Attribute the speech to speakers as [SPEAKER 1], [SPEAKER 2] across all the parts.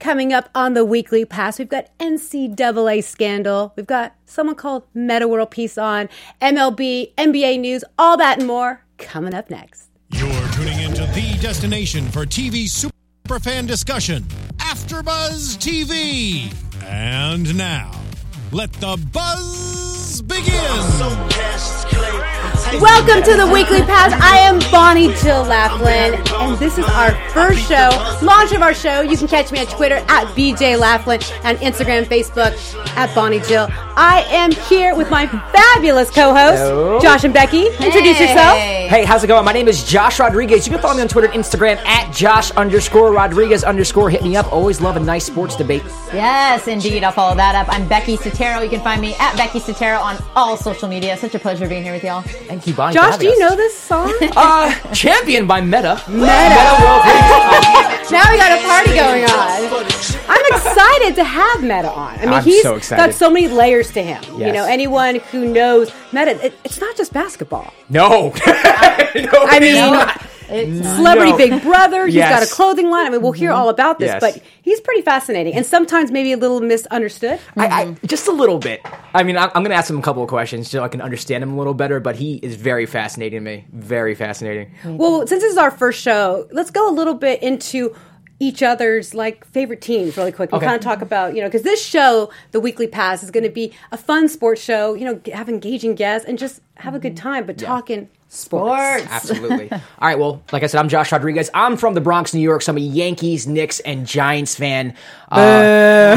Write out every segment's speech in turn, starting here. [SPEAKER 1] coming up on the weekly pass. We've got NCAA scandal. We've got someone called Meta World Peace on MLB, NBA news, all that and more coming up next.
[SPEAKER 2] You're tuning into the destination for TV superfan discussion, AfterBuzz TV. And now, let the buzz begin.
[SPEAKER 1] Welcome to the Weekly Pass. I am Bonnie Jill Laughlin, and this is our first show, launch of our show. You can catch me at Twitter at BJ Laughlin and Instagram, Facebook at Bonnie Jill. I am here with my fabulous co-host,
[SPEAKER 3] Hello.
[SPEAKER 1] Josh and Becky. Introduce yourself.
[SPEAKER 3] Hey, how's it going? My name is Josh Rodriguez. You can follow me on Twitter and Instagram at Josh underscore Rodriguez underscore. Hit me up. Always love a nice sports debate.
[SPEAKER 4] Yes, indeed. I'll follow that up. I'm Becky Sotero. You can find me at Becky Sotero on all social media. Such a pleasure being here with y'all.
[SPEAKER 3] Thank you, Bonnie. for
[SPEAKER 1] Josh, do
[SPEAKER 3] having
[SPEAKER 1] you
[SPEAKER 3] us.
[SPEAKER 1] know this song?
[SPEAKER 3] Uh, champion by Meta. Meta. World Peace.
[SPEAKER 1] now we got a party going on. I'm excited to have Meta on. I mean,
[SPEAKER 3] I'm
[SPEAKER 1] he's
[SPEAKER 3] so excited.
[SPEAKER 1] got so many layers to him. You
[SPEAKER 3] Yes.
[SPEAKER 1] know, anyone who knows Meta, it, it's not just basketball.
[SPEAKER 3] No. no.
[SPEAKER 1] I mean,
[SPEAKER 4] It's-
[SPEAKER 1] Celebrity
[SPEAKER 3] No.
[SPEAKER 1] Big Brother. He's
[SPEAKER 3] Yes. Mm-hmm.
[SPEAKER 1] got a clothing line. I mean, we'll hear all about this,
[SPEAKER 3] Yes.
[SPEAKER 1] but he's pretty fascinating and sometimes maybe a little misunderstood.
[SPEAKER 3] I, I,
[SPEAKER 1] Mm-hmm.
[SPEAKER 3] just a little bit. I mean, I'm, I'm going to ask him a couple of questions so I can understand him a little better. But he is very fascinating to me. Very fascinating.
[SPEAKER 1] Well, since this is our first show, let's go a little bit into each other's like favorite teams really quick. We'll
[SPEAKER 3] Okay.
[SPEAKER 1] kind of talk about you know because this show, the Weekly Pass, is going to be a fun sports show. You know, g- have engaging guests and just have a good
[SPEAKER 3] Mm-hmm.
[SPEAKER 1] time, but talking sports.
[SPEAKER 3] Absolutely. All right. Well, like I said, I'm Josh Rodriguez. I'm from the Bronx, New York. So I'm a Yankees, Knicks, and Giants fan. Uh,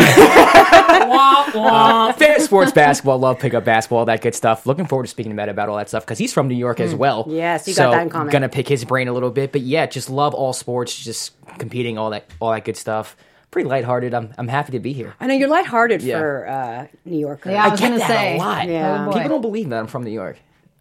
[SPEAKER 3] wah, wah. Fan of sports basketball. Love pickup basketball. All that good stuff. Looking forward to speaking to Matt about all that stuff because he's from New York as well.
[SPEAKER 1] Hmm. Yes, you
[SPEAKER 3] so
[SPEAKER 1] got that in common.
[SPEAKER 3] Gonna pick his brain a little bit, but yeah, just love all sports. Just competing, all that, all that good stuff. Pretty lighthearted. I'm, I'm happy to be here.
[SPEAKER 1] I know you're lighthearted
[SPEAKER 3] Yeah.
[SPEAKER 1] for uh, New Yorker.
[SPEAKER 4] Yeah, I was
[SPEAKER 3] get
[SPEAKER 4] gonna
[SPEAKER 3] that
[SPEAKER 4] say.
[SPEAKER 3] a lot.
[SPEAKER 1] Yeah. Hmm.
[SPEAKER 4] Oh, boy.
[SPEAKER 3] People don't believe that I'm from New York,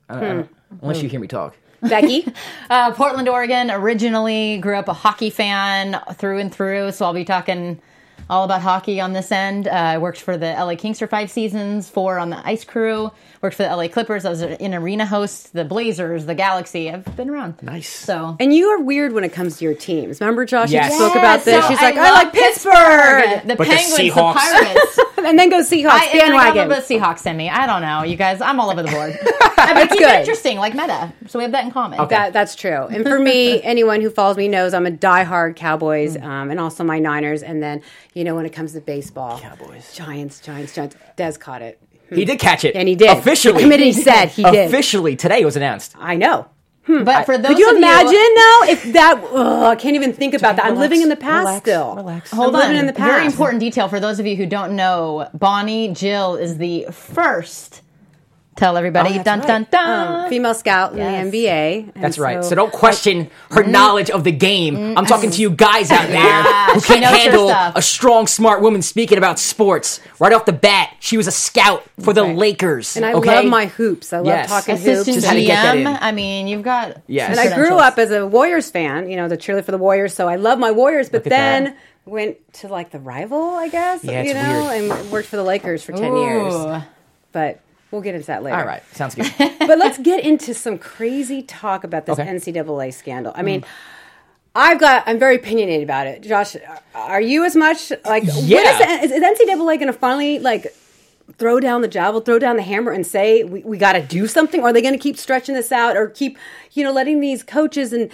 [SPEAKER 3] I don't- I don't- unless you hear me talk.
[SPEAKER 1] Becky,
[SPEAKER 4] Uh, Portland, Oregon. Originally grew up a hockey fan through and through, so I'll be talking all about hockey on this end. Uh, I worked for the LA Kings for five seasons, four on the Ice Crew. Worked for the LA Clippers. I was an arena host, the Blazers, the Galaxy. I've been around.
[SPEAKER 3] Nice.
[SPEAKER 4] So
[SPEAKER 1] and you are weird when it comes to your teams. Remember, Josh,
[SPEAKER 3] Yes.
[SPEAKER 1] you spoke about
[SPEAKER 4] Yeah,
[SPEAKER 1] this.
[SPEAKER 4] so
[SPEAKER 1] She's like, I,
[SPEAKER 4] love
[SPEAKER 1] like Pittsburgh,
[SPEAKER 4] The
[SPEAKER 3] But the
[SPEAKER 4] Penguins, the,
[SPEAKER 3] Seahawks.
[SPEAKER 4] Pirates.
[SPEAKER 1] and then go Seahawks
[SPEAKER 4] I, and I got
[SPEAKER 1] bandwagon.
[SPEAKER 4] a little bit of Seahawks in me. I don't know, you guys. I'm all over the board. I mean, keep
[SPEAKER 1] good.
[SPEAKER 4] it interesting, like meta. So we have that in common.
[SPEAKER 1] That, that's true. And for me, anyone who follows me knows I'm a diehard Cowboys um, and also my Niners. And then, you know, when it comes to baseball,
[SPEAKER 3] Cowboys.
[SPEAKER 1] Giants, Giants, Giants. Des caught it. Hmm,
[SPEAKER 3] He did catch it,
[SPEAKER 1] And he did.
[SPEAKER 3] officially.
[SPEAKER 1] The committee said he did.
[SPEAKER 3] officially today it was announced.
[SPEAKER 1] I know.
[SPEAKER 4] But for those
[SPEAKER 1] Could you
[SPEAKER 4] of
[SPEAKER 1] imagine now if that? Ugh, I can't even think about that. I'm living in the past
[SPEAKER 3] relax,
[SPEAKER 1] still.
[SPEAKER 3] relax.
[SPEAKER 1] I'm
[SPEAKER 4] Hold
[SPEAKER 1] living
[SPEAKER 4] on.
[SPEAKER 1] in the past.
[SPEAKER 4] Very important detail for those of you who don't know. Bonnie Jill is the first. Tell everybody.
[SPEAKER 1] Oh,
[SPEAKER 3] that's
[SPEAKER 4] dun
[SPEAKER 3] right.
[SPEAKER 4] dun dun.
[SPEAKER 1] Um, female scout
[SPEAKER 4] Uh, Yes.
[SPEAKER 1] in the NBA. and
[SPEAKER 3] That's right. So don't question her
[SPEAKER 1] Mm-hmm.
[SPEAKER 3] knowledge of the game. I'm talking to you guys out there who
[SPEAKER 4] she
[SPEAKER 3] can't
[SPEAKER 4] knows her
[SPEAKER 3] handle
[SPEAKER 4] stuff.
[SPEAKER 3] a strong, smart woman speaking about sports. Right off the bat, she was a scout for the Lakers.
[SPEAKER 1] And I
[SPEAKER 3] okay?
[SPEAKER 1] love my hoops. I love
[SPEAKER 3] Yes.
[SPEAKER 1] talking hoops.
[SPEAKER 4] Assistant
[SPEAKER 3] Just had to get that in.
[SPEAKER 4] GM. I mean, you've got.
[SPEAKER 3] Yes.
[SPEAKER 4] some
[SPEAKER 1] And I grew
[SPEAKER 4] credentials.
[SPEAKER 1] up as a Warriors fan, you know, the cheerleader for the Warriors, so I love my Warriors, but
[SPEAKER 3] Look at that.
[SPEAKER 1] then went to like the rival, I guess,
[SPEAKER 3] Yeah, it's
[SPEAKER 1] you know,
[SPEAKER 3] weird.
[SPEAKER 1] and worked for the Lakers for 10 years.
[SPEAKER 4] Ooh.
[SPEAKER 1] But we'll get into that later.
[SPEAKER 3] All right, sounds good.
[SPEAKER 1] but let's get into some crazy talk about this
[SPEAKER 3] Okay. Mm.
[SPEAKER 1] NCAA scandal. I mean, I've got, I'm very opinionated about it. Josh, are you as much like,
[SPEAKER 3] Yeah.
[SPEAKER 1] what is, the, is NCAA going to finally like throw down the job, throw down the hammer and say, we, we got to do something? Or are they going to keep stretching this out or keep, you know, letting these coaches and,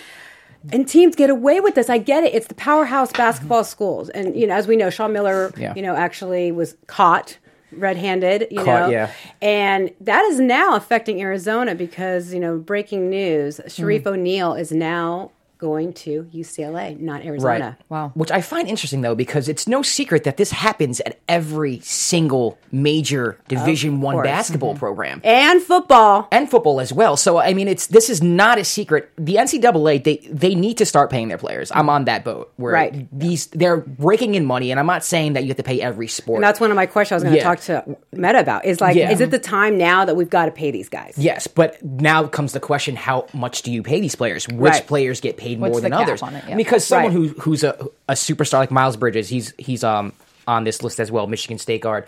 [SPEAKER 1] and teams get away with this. I get it. It's the powerhouse basketball schools, and you know, as we know, Sean Miller,
[SPEAKER 3] Mm-hmm. Yeah.
[SPEAKER 1] you know, actually was caught red-handed. You
[SPEAKER 3] Caught,
[SPEAKER 1] know,
[SPEAKER 3] yeah.
[SPEAKER 1] and that is now affecting Arizona because, you know, breaking news Sharif
[SPEAKER 3] Mm-hmm.
[SPEAKER 1] O'Neal is now going to UCLA, not Arizona.
[SPEAKER 4] Wow.
[SPEAKER 3] Which I find interesting though, because it's no secret that this happens at every single major Division One
[SPEAKER 1] course. Mm-hmm.
[SPEAKER 3] basketball program.
[SPEAKER 1] And football.
[SPEAKER 3] and football as well. So I mean, it's this is not a secret. The NCAA they they need to start paying their players. I'm on that boat where
[SPEAKER 1] Right.
[SPEAKER 3] these they're breaking in money, and I'm not saying that you have to pay every sport.
[SPEAKER 1] And that's one of my questions I was going to
[SPEAKER 3] Yeah.
[SPEAKER 1] talk to Meta about is like,
[SPEAKER 3] Yeah.
[SPEAKER 1] is it the time now that we've got to pay these guys?
[SPEAKER 3] Yes, but now comes the question: How much do you pay these players? Which
[SPEAKER 1] Right.
[SPEAKER 3] players get paid
[SPEAKER 4] What's
[SPEAKER 3] more
[SPEAKER 4] the
[SPEAKER 3] than
[SPEAKER 4] cap
[SPEAKER 3] others?
[SPEAKER 4] on it? Yeah.
[SPEAKER 3] Because someone
[SPEAKER 1] Right.
[SPEAKER 3] who who's a, a superstar like Miles Bridges, he's he's um on this list as well, Michigan State guard.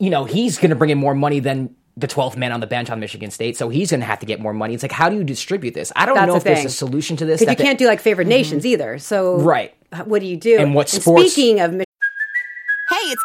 [SPEAKER 3] You know, he's going to bring in more money than the 12th man on the bench on Michigan State, so he's going to have to get more money. It's like, how do you distribute this? I don't
[SPEAKER 1] That's
[SPEAKER 3] know
[SPEAKER 1] the
[SPEAKER 3] if
[SPEAKER 1] thing.
[SPEAKER 3] there's a solution to this.
[SPEAKER 1] Because you
[SPEAKER 3] that the-
[SPEAKER 1] can't do like favored nations either. So
[SPEAKER 3] Mm-hmm. Right.
[SPEAKER 1] what do you do?
[SPEAKER 3] And what sports-
[SPEAKER 1] Speaking of
[SPEAKER 5] Hey, it's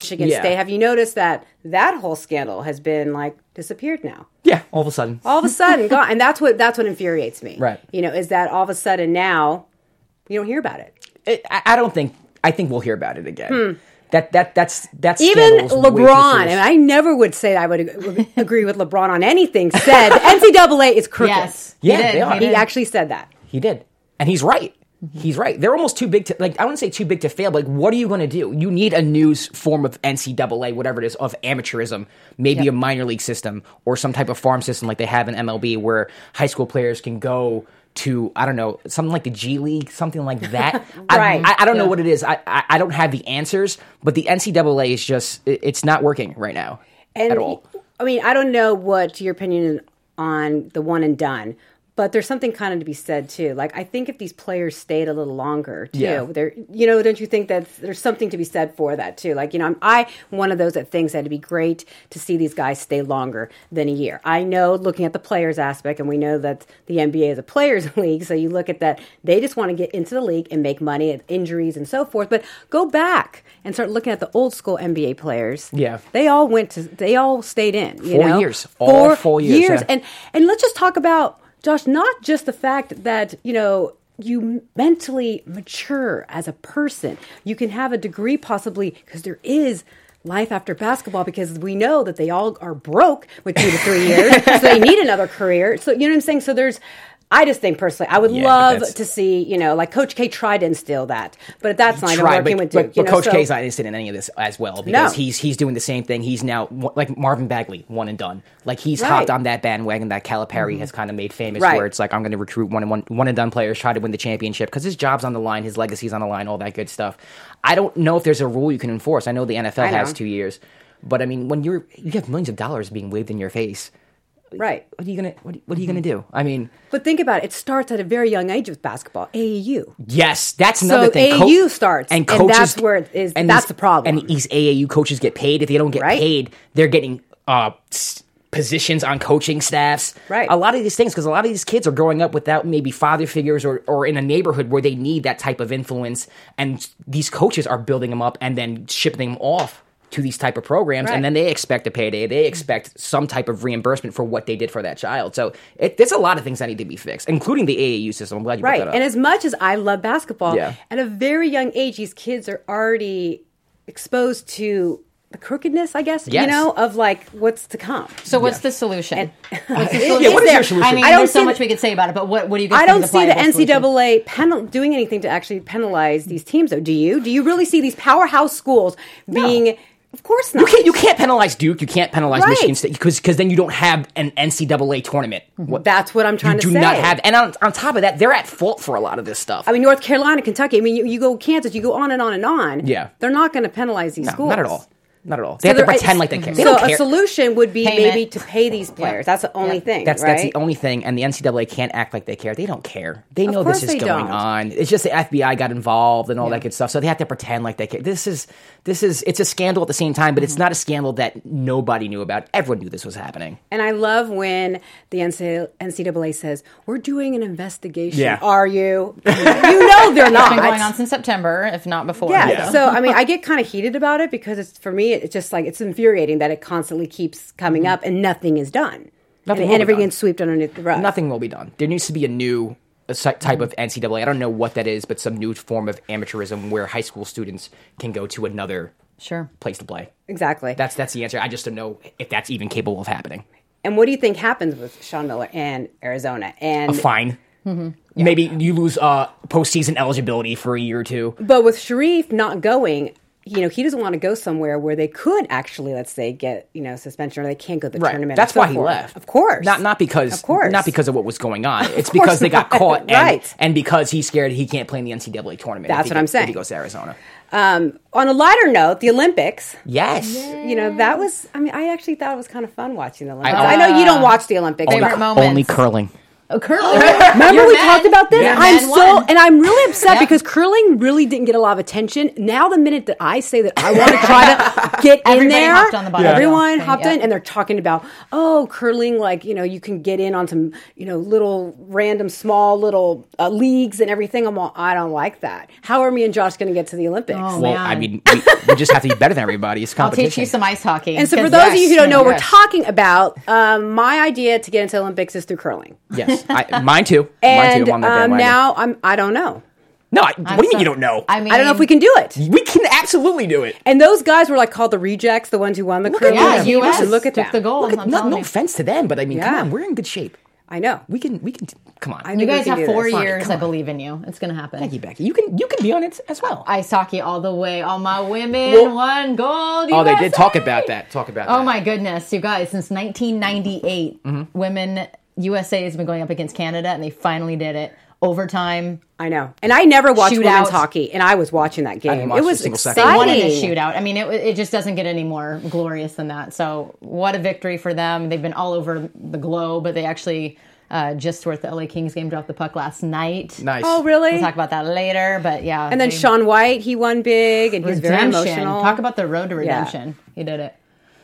[SPEAKER 1] Michigan
[SPEAKER 3] Yeah.
[SPEAKER 1] State, have you noticed that that whole scandal has been like disappeared now?
[SPEAKER 3] Yeah, all of a sudden.
[SPEAKER 1] All of a sudden, gone. And that's what that's what infuriates me.
[SPEAKER 3] Right.
[SPEAKER 1] You know, is that all of a sudden now you don't hear about it.
[SPEAKER 3] It, I, I don't think. I think we'll hear about it again. That that that's that's
[SPEAKER 1] Hmm. Even LeBron, and I never would say I would ag- agree with LeBron on anything said. The NCAA is crooked.
[SPEAKER 4] Yes.
[SPEAKER 3] Yeah,
[SPEAKER 4] he did.
[SPEAKER 3] they are.
[SPEAKER 4] He
[SPEAKER 1] He
[SPEAKER 4] did.
[SPEAKER 1] actually said that.
[SPEAKER 3] He did, and he's right. He's right. They're almost too big to like. I wouldn't say too big to fail. But like, what are you going to do? You need a new s- form of NCAA, whatever it is, of amateurism. Maybe a minor league system or some type of farm system like they have in MLB, where high school players can go to I don't know something like the G League, something like that. I-
[SPEAKER 1] Right.
[SPEAKER 3] I, I don't know what it is. I, I I don't have the answers, but the NCAA is just it, it's not working right now
[SPEAKER 1] And
[SPEAKER 3] at all.
[SPEAKER 1] I mean, I don't know what your opinion on the one and done, but there's something kind of to be said too. Like I think if these players stayed a little longer too,
[SPEAKER 3] Yeah.
[SPEAKER 1] there, you know, don't you think that there's something to be said for that too? Like you know, I'm I one of those that thinks that it'd be great to see these guys stay longer than a year. I know, looking at the players aspect, and we know that the NBA is a players league, so you look at that. They just want to get into the league and make money, and injuries and so forth. But go back and start looking at the old school NBA players.
[SPEAKER 3] Yeah.
[SPEAKER 1] They all went to they all stayed in. You
[SPEAKER 3] Four
[SPEAKER 1] know?
[SPEAKER 3] years. All four years, yeah.
[SPEAKER 1] And and let's just talk about Josh, not just the fact that, you know, you mentally mature as a person. You can have a degree possibly because there is life after basketball because we know that they all are broke with two to three years. so they need another career. So you know what I'm saying? So there's I just think personally, I would
[SPEAKER 3] Yeah, but
[SPEAKER 1] love
[SPEAKER 3] that's-
[SPEAKER 1] to see, you know, like Coach K tried to instill that, but that's not even
[SPEAKER 3] Try,
[SPEAKER 1] working
[SPEAKER 3] but,
[SPEAKER 1] with Duke.
[SPEAKER 3] but,
[SPEAKER 1] you
[SPEAKER 3] but
[SPEAKER 1] know,
[SPEAKER 3] Coach
[SPEAKER 1] so-
[SPEAKER 3] K's not interested in any of this as well because
[SPEAKER 1] No.
[SPEAKER 3] he's he's doing the same thing. He's now like Marvin Bagley, one and done. Like he's
[SPEAKER 1] Right. Mm-hmm.
[SPEAKER 3] hopped on that bandwagon that Calipari has kind of made famous,
[SPEAKER 1] Right.
[SPEAKER 3] where it's like I'm going to recruit one and one one and done players, try to win the championship because his job's on the line, his legacy's on the line, all that good stuff. I don't know if there's a rule you can enforce. I know the NFL
[SPEAKER 1] know.
[SPEAKER 3] has two years, but I mean when you're you have millions of dollars being waved in your face,
[SPEAKER 1] Right.
[SPEAKER 3] what are you gonna what, what are you gonna
[SPEAKER 1] Mm-hmm.
[SPEAKER 3] do? I mean,
[SPEAKER 1] But think about it. It starts at a very young age with basketball, AAU.
[SPEAKER 3] Yes, that's another
[SPEAKER 1] So
[SPEAKER 3] thing.
[SPEAKER 1] AAU starts, and that's where it is- that's
[SPEAKER 3] these-
[SPEAKER 1] the problem.
[SPEAKER 3] And these AAU coaches get paid. If they don't get
[SPEAKER 1] Right.
[SPEAKER 3] paid, they're getting uh, s- positions on coaching staffs.
[SPEAKER 1] Right.
[SPEAKER 3] A lot of these things because a lot of these kids are growing up without maybe father figures or or in a neighborhood where they need that type of influence, and these coaches are building them up and then shipping them off. To these type of programs,
[SPEAKER 1] Right.
[SPEAKER 3] and then they expect a payday. They expect some type of reimbursement for what they did for that child. So it, there's a lot of things that need to be fixed, including the AAU system. I'm glad you brought
[SPEAKER 1] Right.
[SPEAKER 3] that up.
[SPEAKER 1] And as much as I love basketball,
[SPEAKER 3] Yeah.
[SPEAKER 1] at a very young age, these kids are already exposed to the crookedness, I guess, you
[SPEAKER 3] Yes.
[SPEAKER 1] know, of like what's to come.
[SPEAKER 4] So what's the solution? What's the
[SPEAKER 1] yeah, what is
[SPEAKER 4] there?
[SPEAKER 1] your solution?
[SPEAKER 4] I mean,
[SPEAKER 1] I don't
[SPEAKER 4] there's so
[SPEAKER 1] see
[SPEAKER 4] much
[SPEAKER 1] the-
[SPEAKER 4] we could say about it, but what, what do you guys
[SPEAKER 1] I
[SPEAKER 4] think
[SPEAKER 1] don't
[SPEAKER 4] is
[SPEAKER 1] see the
[SPEAKER 4] viable solution?
[SPEAKER 1] NCAA penal- doing anything to actually penalize these teams, though. Do you? Do you really see these powerhouse schools being? Of course not.
[SPEAKER 3] You can't, you can't penalize Duke. You can't penalize
[SPEAKER 1] Right.
[SPEAKER 3] Michigan State because then you don't have an NCAA tournament. What-
[SPEAKER 1] That's Mm-hmm. what I'm trying
[SPEAKER 3] you
[SPEAKER 1] to
[SPEAKER 3] do
[SPEAKER 1] say.
[SPEAKER 3] not have. And on, on top of that, they're at fault for a lot of this stuff.
[SPEAKER 1] I mean, North Carolina, Kentucky. I mean, you, you go Kansas, you go on and on and on.
[SPEAKER 3] Yeah.
[SPEAKER 1] They're not going to penalize these
[SPEAKER 3] No,
[SPEAKER 1] schools.
[SPEAKER 3] not at all. Not at all. They have to
[SPEAKER 1] there-
[SPEAKER 3] pretend like they care. They
[SPEAKER 1] mm-hmm. so
[SPEAKER 3] don't
[SPEAKER 1] a
[SPEAKER 3] care.
[SPEAKER 1] solution would be
[SPEAKER 4] Payment.
[SPEAKER 1] maybe to pay these players. That's the only
[SPEAKER 4] Yeah.
[SPEAKER 1] thing.
[SPEAKER 3] That's
[SPEAKER 1] right?
[SPEAKER 3] that's the only thing, and the NCAA can't act like they care. They don't care. They know this
[SPEAKER 1] course
[SPEAKER 3] is
[SPEAKER 1] they
[SPEAKER 3] going
[SPEAKER 1] don't.
[SPEAKER 3] on. It's just the FBI got involved and all that good stuff, so they have to pretend like they care. This is this is it's a scandal at the same time, but
[SPEAKER 1] Mm-hmm.
[SPEAKER 3] it's not a scandal that nobody knew about. Everyone knew this was happening.
[SPEAKER 1] And I love when the NCAA says, We're doing an investigation.
[SPEAKER 3] Yeah.
[SPEAKER 1] Are you? you know they're
[SPEAKER 4] It's
[SPEAKER 1] not.
[SPEAKER 4] been going on since September, if not before.
[SPEAKER 1] yeah.
[SPEAKER 4] so.
[SPEAKER 1] So, I mean, I get kind of heated about it because it's for me, it's just like it's infuriating that it constantly keeps coming up and nothing is done.
[SPEAKER 3] Mm-hmm. Nothing
[SPEAKER 1] and
[SPEAKER 3] will be
[SPEAKER 1] everything
[SPEAKER 3] done.
[SPEAKER 1] is swept underneath the rug.
[SPEAKER 3] nothing will be done. There needs to be a new uh, si- type of NCAA. I don't know what that is, but some new form of amateurism where high school students can go to another
[SPEAKER 4] Sure.
[SPEAKER 3] place to play.
[SPEAKER 1] Exactly.
[SPEAKER 3] That's that's the answer. I just don't know if that's even capable of happening.
[SPEAKER 1] and what do you think happens with Sean Miller and Arizona? And
[SPEAKER 3] Fine.
[SPEAKER 1] Mm-hmm.
[SPEAKER 3] Maybe you lose uh, postseason eligibility for a year or two.
[SPEAKER 1] But with Sharif not going, you know, he doesn't want to go somewhere where they could actually, let's say, get you know suspension or they can't go to the tournament.
[SPEAKER 3] That's
[SPEAKER 1] and so
[SPEAKER 3] why he
[SPEAKER 1] forth.
[SPEAKER 3] left.
[SPEAKER 1] of course.
[SPEAKER 3] Not not because
[SPEAKER 1] Of course.
[SPEAKER 3] not because of what was going on.
[SPEAKER 1] course
[SPEAKER 3] It's because they got
[SPEAKER 1] not.
[SPEAKER 3] caught and,
[SPEAKER 1] Right.
[SPEAKER 3] and because he's scared he can't play in the NCAA tournament. if
[SPEAKER 1] That's
[SPEAKER 3] he
[SPEAKER 1] what I'm
[SPEAKER 3] goes- if
[SPEAKER 1] saying.
[SPEAKER 3] he goes to Arizona.
[SPEAKER 1] Um, on a lighter note, the Olympics.
[SPEAKER 3] Yes.
[SPEAKER 1] You know, that was. I mean, I actually thought it was kind of fun watching the Olympics.
[SPEAKER 3] al-
[SPEAKER 1] I, know you don't watch the
[SPEAKER 3] Oh,
[SPEAKER 1] Olympics.
[SPEAKER 4] Favorite
[SPEAKER 1] but-
[SPEAKER 4] moments.
[SPEAKER 3] Only curling.
[SPEAKER 4] Oh, curling.
[SPEAKER 1] Remember we talked about this?
[SPEAKER 4] Yeah.
[SPEAKER 1] I'm
[SPEAKER 4] Men
[SPEAKER 1] so
[SPEAKER 4] won.
[SPEAKER 1] and I'm really upset
[SPEAKER 4] Yeah.
[SPEAKER 1] because curling really didn't get a lot of attention. Now the minute that I say that I want to try to get in
[SPEAKER 4] Everybody
[SPEAKER 1] there,
[SPEAKER 4] hopped on the bottom Yeah.
[SPEAKER 1] everyone
[SPEAKER 4] thing,
[SPEAKER 1] hopped in
[SPEAKER 4] yeah.
[SPEAKER 1] and they're talking about oh curling like you know you can get in on some you know little random small little uh, leagues and everything. I'm all I don't like that. How are me and Josh going to get to the Olympics?
[SPEAKER 4] Oh.
[SPEAKER 3] Well,
[SPEAKER 4] Man.
[SPEAKER 3] I mean, we, we just have to be better than everybody. It's
[SPEAKER 4] I'll
[SPEAKER 3] competition.
[SPEAKER 4] teach you some ice hockey.
[SPEAKER 1] And so, for
[SPEAKER 4] 'cause
[SPEAKER 1] those of you
[SPEAKER 4] yes,
[SPEAKER 1] who don't know what we're
[SPEAKER 4] yes.
[SPEAKER 1] talking about, um, my idea to get into Olympics is through curling.
[SPEAKER 3] Yes, I, mine too. mine
[SPEAKER 1] And
[SPEAKER 3] too. I'm on that
[SPEAKER 1] um,
[SPEAKER 3] bandwagon.
[SPEAKER 1] now I'm I don't know.
[SPEAKER 3] no. I, what do you mean
[SPEAKER 4] So-
[SPEAKER 3] you don't know?
[SPEAKER 4] I mean,
[SPEAKER 1] I don't know if we can do it.
[SPEAKER 3] we can absolutely do it.
[SPEAKER 1] And those guys were like called the rejects, the ones who won the
[SPEAKER 3] Look
[SPEAKER 1] curling.
[SPEAKER 3] at
[SPEAKER 4] Yeah,
[SPEAKER 3] Yeah,
[SPEAKER 1] You
[SPEAKER 4] US
[SPEAKER 1] should look at
[SPEAKER 4] took
[SPEAKER 1] that.
[SPEAKER 4] the gold. Oh, I'm
[SPEAKER 3] no,
[SPEAKER 4] telling
[SPEAKER 3] no
[SPEAKER 4] you.
[SPEAKER 3] offense to them, but I mean, come
[SPEAKER 1] Yeah.
[SPEAKER 3] on, we're in good shape.
[SPEAKER 1] I know.
[SPEAKER 3] We can, we can. Come on,
[SPEAKER 1] knew
[SPEAKER 4] You guys
[SPEAKER 1] we can do
[SPEAKER 4] have four
[SPEAKER 1] this.
[SPEAKER 3] Fine,
[SPEAKER 4] years.
[SPEAKER 3] come
[SPEAKER 4] I
[SPEAKER 3] on.
[SPEAKER 4] believe in you. It's gonna happen.
[SPEAKER 3] Becky, Becky, you can, you can be on it as well.
[SPEAKER 4] Ice hockey all the way. All my women
[SPEAKER 3] Well-
[SPEAKER 4] won gold.
[SPEAKER 3] oh, they did
[SPEAKER 4] USA!
[SPEAKER 3] talk about that. Talk about.
[SPEAKER 4] Oh
[SPEAKER 3] that. Mm-hmm.
[SPEAKER 4] my goodness, you guys! Since 1998, women USA has been going up against Canada, and they finally did it. Overtime,
[SPEAKER 1] I know. And I never watched
[SPEAKER 4] Shootouts.
[SPEAKER 1] women's hockey, and I was watching that game.
[SPEAKER 3] watch
[SPEAKER 1] It
[SPEAKER 3] a
[SPEAKER 1] was
[SPEAKER 3] single second. They
[SPEAKER 4] one in a
[SPEAKER 1] exciting.
[SPEAKER 4] shootout. I mean, it, it just doesn't get any more glorious than that. So, what a victory for them! They've been all over the globe, but they actually uh, just were at the LA Kings game, dropped the puck last night.
[SPEAKER 3] Nice.
[SPEAKER 1] Oh, really?
[SPEAKER 4] We'll talk about that later, but yeah.
[SPEAKER 1] And then
[SPEAKER 4] they-
[SPEAKER 1] Sean White, he won big, and he was very
[SPEAKER 4] redemption.
[SPEAKER 1] emotional.
[SPEAKER 4] Talk about the road to redemption. He did it.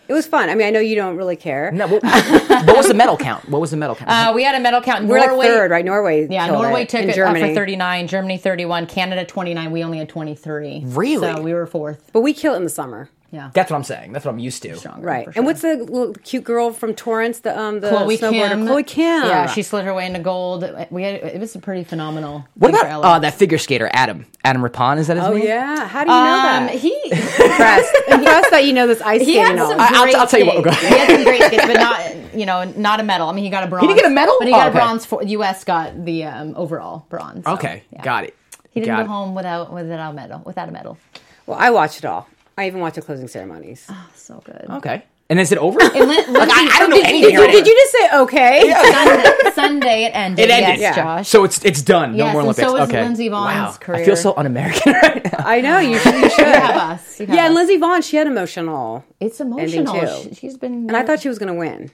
[SPEAKER 1] it was fun. I mean, I know you don't really care.
[SPEAKER 3] No, what, what was the medal count? What was the medal count?
[SPEAKER 4] Uh, we had a medal count.
[SPEAKER 1] We're
[SPEAKER 4] Norway,
[SPEAKER 1] like third, right? Norway.
[SPEAKER 4] Yeah,
[SPEAKER 1] killed
[SPEAKER 4] Norway
[SPEAKER 1] it,
[SPEAKER 4] took
[SPEAKER 1] and
[SPEAKER 4] it
[SPEAKER 1] Germany.
[SPEAKER 4] up for 39, Germany 31, Canada 29. We only had 23.
[SPEAKER 3] Really?
[SPEAKER 4] So we were fourth.
[SPEAKER 1] But we kill it in the summer,
[SPEAKER 4] Yeah.
[SPEAKER 3] That's what I'm saying. That's what I'm used to.
[SPEAKER 1] right?
[SPEAKER 4] for
[SPEAKER 1] And
[SPEAKER 4] sure.
[SPEAKER 1] what's the little cute girl from Torrance? The um the
[SPEAKER 4] Chloe
[SPEAKER 1] snowboarder
[SPEAKER 4] Kim.
[SPEAKER 1] Chloe Kim.
[SPEAKER 4] Yeah, she slid her way into gold. We had, it was a pretty phenomenal.
[SPEAKER 3] What
[SPEAKER 4] thing for
[SPEAKER 3] about
[SPEAKER 4] LA.
[SPEAKER 3] uh, that figure skater, Adam? Adam Rippon, is that his
[SPEAKER 1] Oh
[SPEAKER 3] name?
[SPEAKER 1] yeah. How do you
[SPEAKER 4] Um,
[SPEAKER 1] know that?
[SPEAKER 4] he
[SPEAKER 1] impressed. impressed that you know this ice
[SPEAKER 4] he
[SPEAKER 1] skating.
[SPEAKER 4] had
[SPEAKER 1] knowledge.
[SPEAKER 4] some.
[SPEAKER 3] I- I'll-
[SPEAKER 4] great
[SPEAKER 3] I'll tell you what,
[SPEAKER 4] skates.
[SPEAKER 3] go-
[SPEAKER 4] he had some great skates, but not you know not a medal. I mean, he got a bronze.
[SPEAKER 3] didn't get a medal?
[SPEAKER 4] but he
[SPEAKER 3] Oh,
[SPEAKER 4] got
[SPEAKER 3] okay.
[SPEAKER 4] a bronze. For, U.S. got the um, overall bronze. so,
[SPEAKER 3] Okay,
[SPEAKER 4] yeah.
[SPEAKER 3] got it.
[SPEAKER 4] He didn't
[SPEAKER 3] Got
[SPEAKER 4] go
[SPEAKER 3] it.
[SPEAKER 4] home without without a medal. Without a medal,
[SPEAKER 1] Well, I watch it all. I even watch the closing ceremonies.
[SPEAKER 4] so good.
[SPEAKER 3] Okay. And is it over?
[SPEAKER 4] Lin-
[SPEAKER 3] Like, Oh. I, I don't know anything.
[SPEAKER 1] Did you,
[SPEAKER 3] about it.
[SPEAKER 1] did you just say okay?
[SPEAKER 4] Sunday, Sunday it ended.
[SPEAKER 3] It ended.
[SPEAKER 1] Yeah.
[SPEAKER 4] Yes, Josh.
[SPEAKER 3] So it's it's done. no
[SPEAKER 4] Yes,
[SPEAKER 3] more
[SPEAKER 4] and so
[SPEAKER 3] Olympics.
[SPEAKER 4] is
[SPEAKER 3] okay.
[SPEAKER 4] Lindsey Vonn's
[SPEAKER 3] wow. I
[SPEAKER 4] career.
[SPEAKER 3] feel so un-American right now.
[SPEAKER 1] I know you should. You should.
[SPEAKER 4] you have us. You have
[SPEAKER 1] Yeah, and
[SPEAKER 4] us.
[SPEAKER 1] Lindsay Vaughn, she had emotional,
[SPEAKER 4] It's
[SPEAKER 1] ending
[SPEAKER 4] emotional.
[SPEAKER 1] too.
[SPEAKER 4] She- She's been.
[SPEAKER 1] and I thought she was going to win.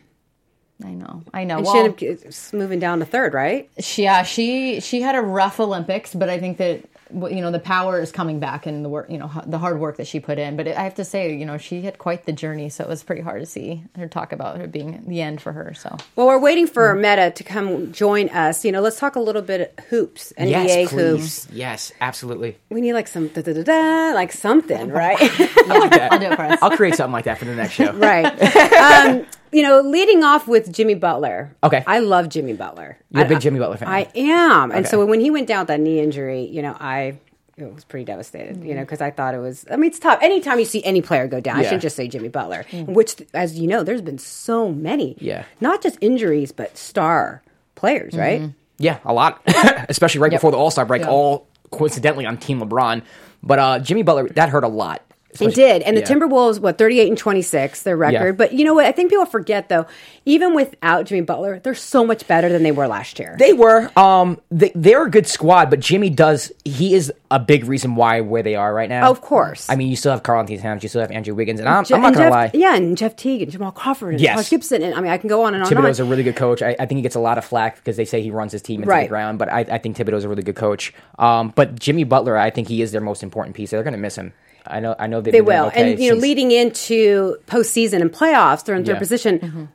[SPEAKER 4] I know. I know.
[SPEAKER 1] And
[SPEAKER 4] Well,
[SPEAKER 1] she ended up s- moving down to third, right?
[SPEAKER 4] she, yeah, she she had a rough Olympics, but I think that w- you know the power is coming back and the work, you know, h- the hard work that she put in. But it, I have to say, you know, she had quite the journey, so it was pretty hard to see her talk about her being the end for her. So
[SPEAKER 1] Well, we're waiting for Meta to come join us. You know, let's talk a little bit hoops, NBA hoops.
[SPEAKER 3] yes, please. Yes, absolutely.
[SPEAKER 1] We need like some da da da da, like something, right?
[SPEAKER 4] I'll do it for us.
[SPEAKER 3] I'll create something like that for the next show.
[SPEAKER 1] right. Um, you know, leading off with Jimmy Butler.
[SPEAKER 3] Okay.
[SPEAKER 1] I love Jimmy Butler.
[SPEAKER 3] You're a
[SPEAKER 1] I-
[SPEAKER 3] big Jimmy Butler fan.
[SPEAKER 1] I am. And so
[SPEAKER 3] Okay.
[SPEAKER 1] when he went down with that knee injury, you know, I it was pretty devastated, you know, because I thought it was. I mean, it's tough. Anytime you see any player go down, I
[SPEAKER 3] Mm-hmm. Yeah. Mm.
[SPEAKER 1] shouldn't just say Jimmy Butler, which, as you know, there's been so many.
[SPEAKER 3] Yeah. Mm-hmm.
[SPEAKER 1] Not just injuries, but star players, right?
[SPEAKER 3] yeah, a lot. Especially right before the All Star break,
[SPEAKER 4] Yeah.
[SPEAKER 3] all coincidentally on Team LeBron. But uh, Jimmy Butler, that hurt a lot.
[SPEAKER 1] It
[SPEAKER 3] Especially-
[SPEAKER 1] did. And the
[SPEAKER 3] Yeah.
[SPEAKER 1] Timberwolves, what, 38 and 26, their record.
[SPEAKER 3] Yeah.
[SPEAKER 1] But you know what? I think people forget, though, even without Jimmy Butler, they're so much better than they were last year.
[SPEAKER 3] They were. Um, they, they're a good squad, but Jimmy does. He is a big reason why where they are right now.
[SPEAKER 1] Of course.
[SPEAKER 3] I mean, you still have Carl Anthony Towns, you still have Andrew Wiggins, and I'm,
[SPEAKER 1] Je-
[SPEAKER 3] I'm not
[SPEAKER 1] and
[SPEAKER 3] gonna
[SPEAKER 1] Jeff,
[SPEAKER 3] lie.
[SPEAKER 1] Yeah, and Jeff Teague and Jamal Crawford and
[SPEAKER 3] Yes.
[SPEAKER 1] Josh Gibson. And I mean, I can go on and on and on.
[SPEAKER 3] Thibodeau's a really good coach. I, I think he gets a lot of flack because they say he runs his team into
[SPEAKER 1] Right.
[SPEAKER 3] the ground, but I, I think Thibodeau's a really good coach. Um, but Jimmy Butler, I think he is their most important piece. They're going to miss him. I know. I know they've
[SPEAKER 1] They
[SPEAKER 3] been doing
[SPEAKER 1] will.
[SPEAKER 3] okay
[SPEAKER 1] and you know,
[SPEAKER 3] since-
[SPEAKER 1] leading into postseason and playoffs, they're in third
[SPEAKER 3] Yeah.
[SPEAKER 1] position.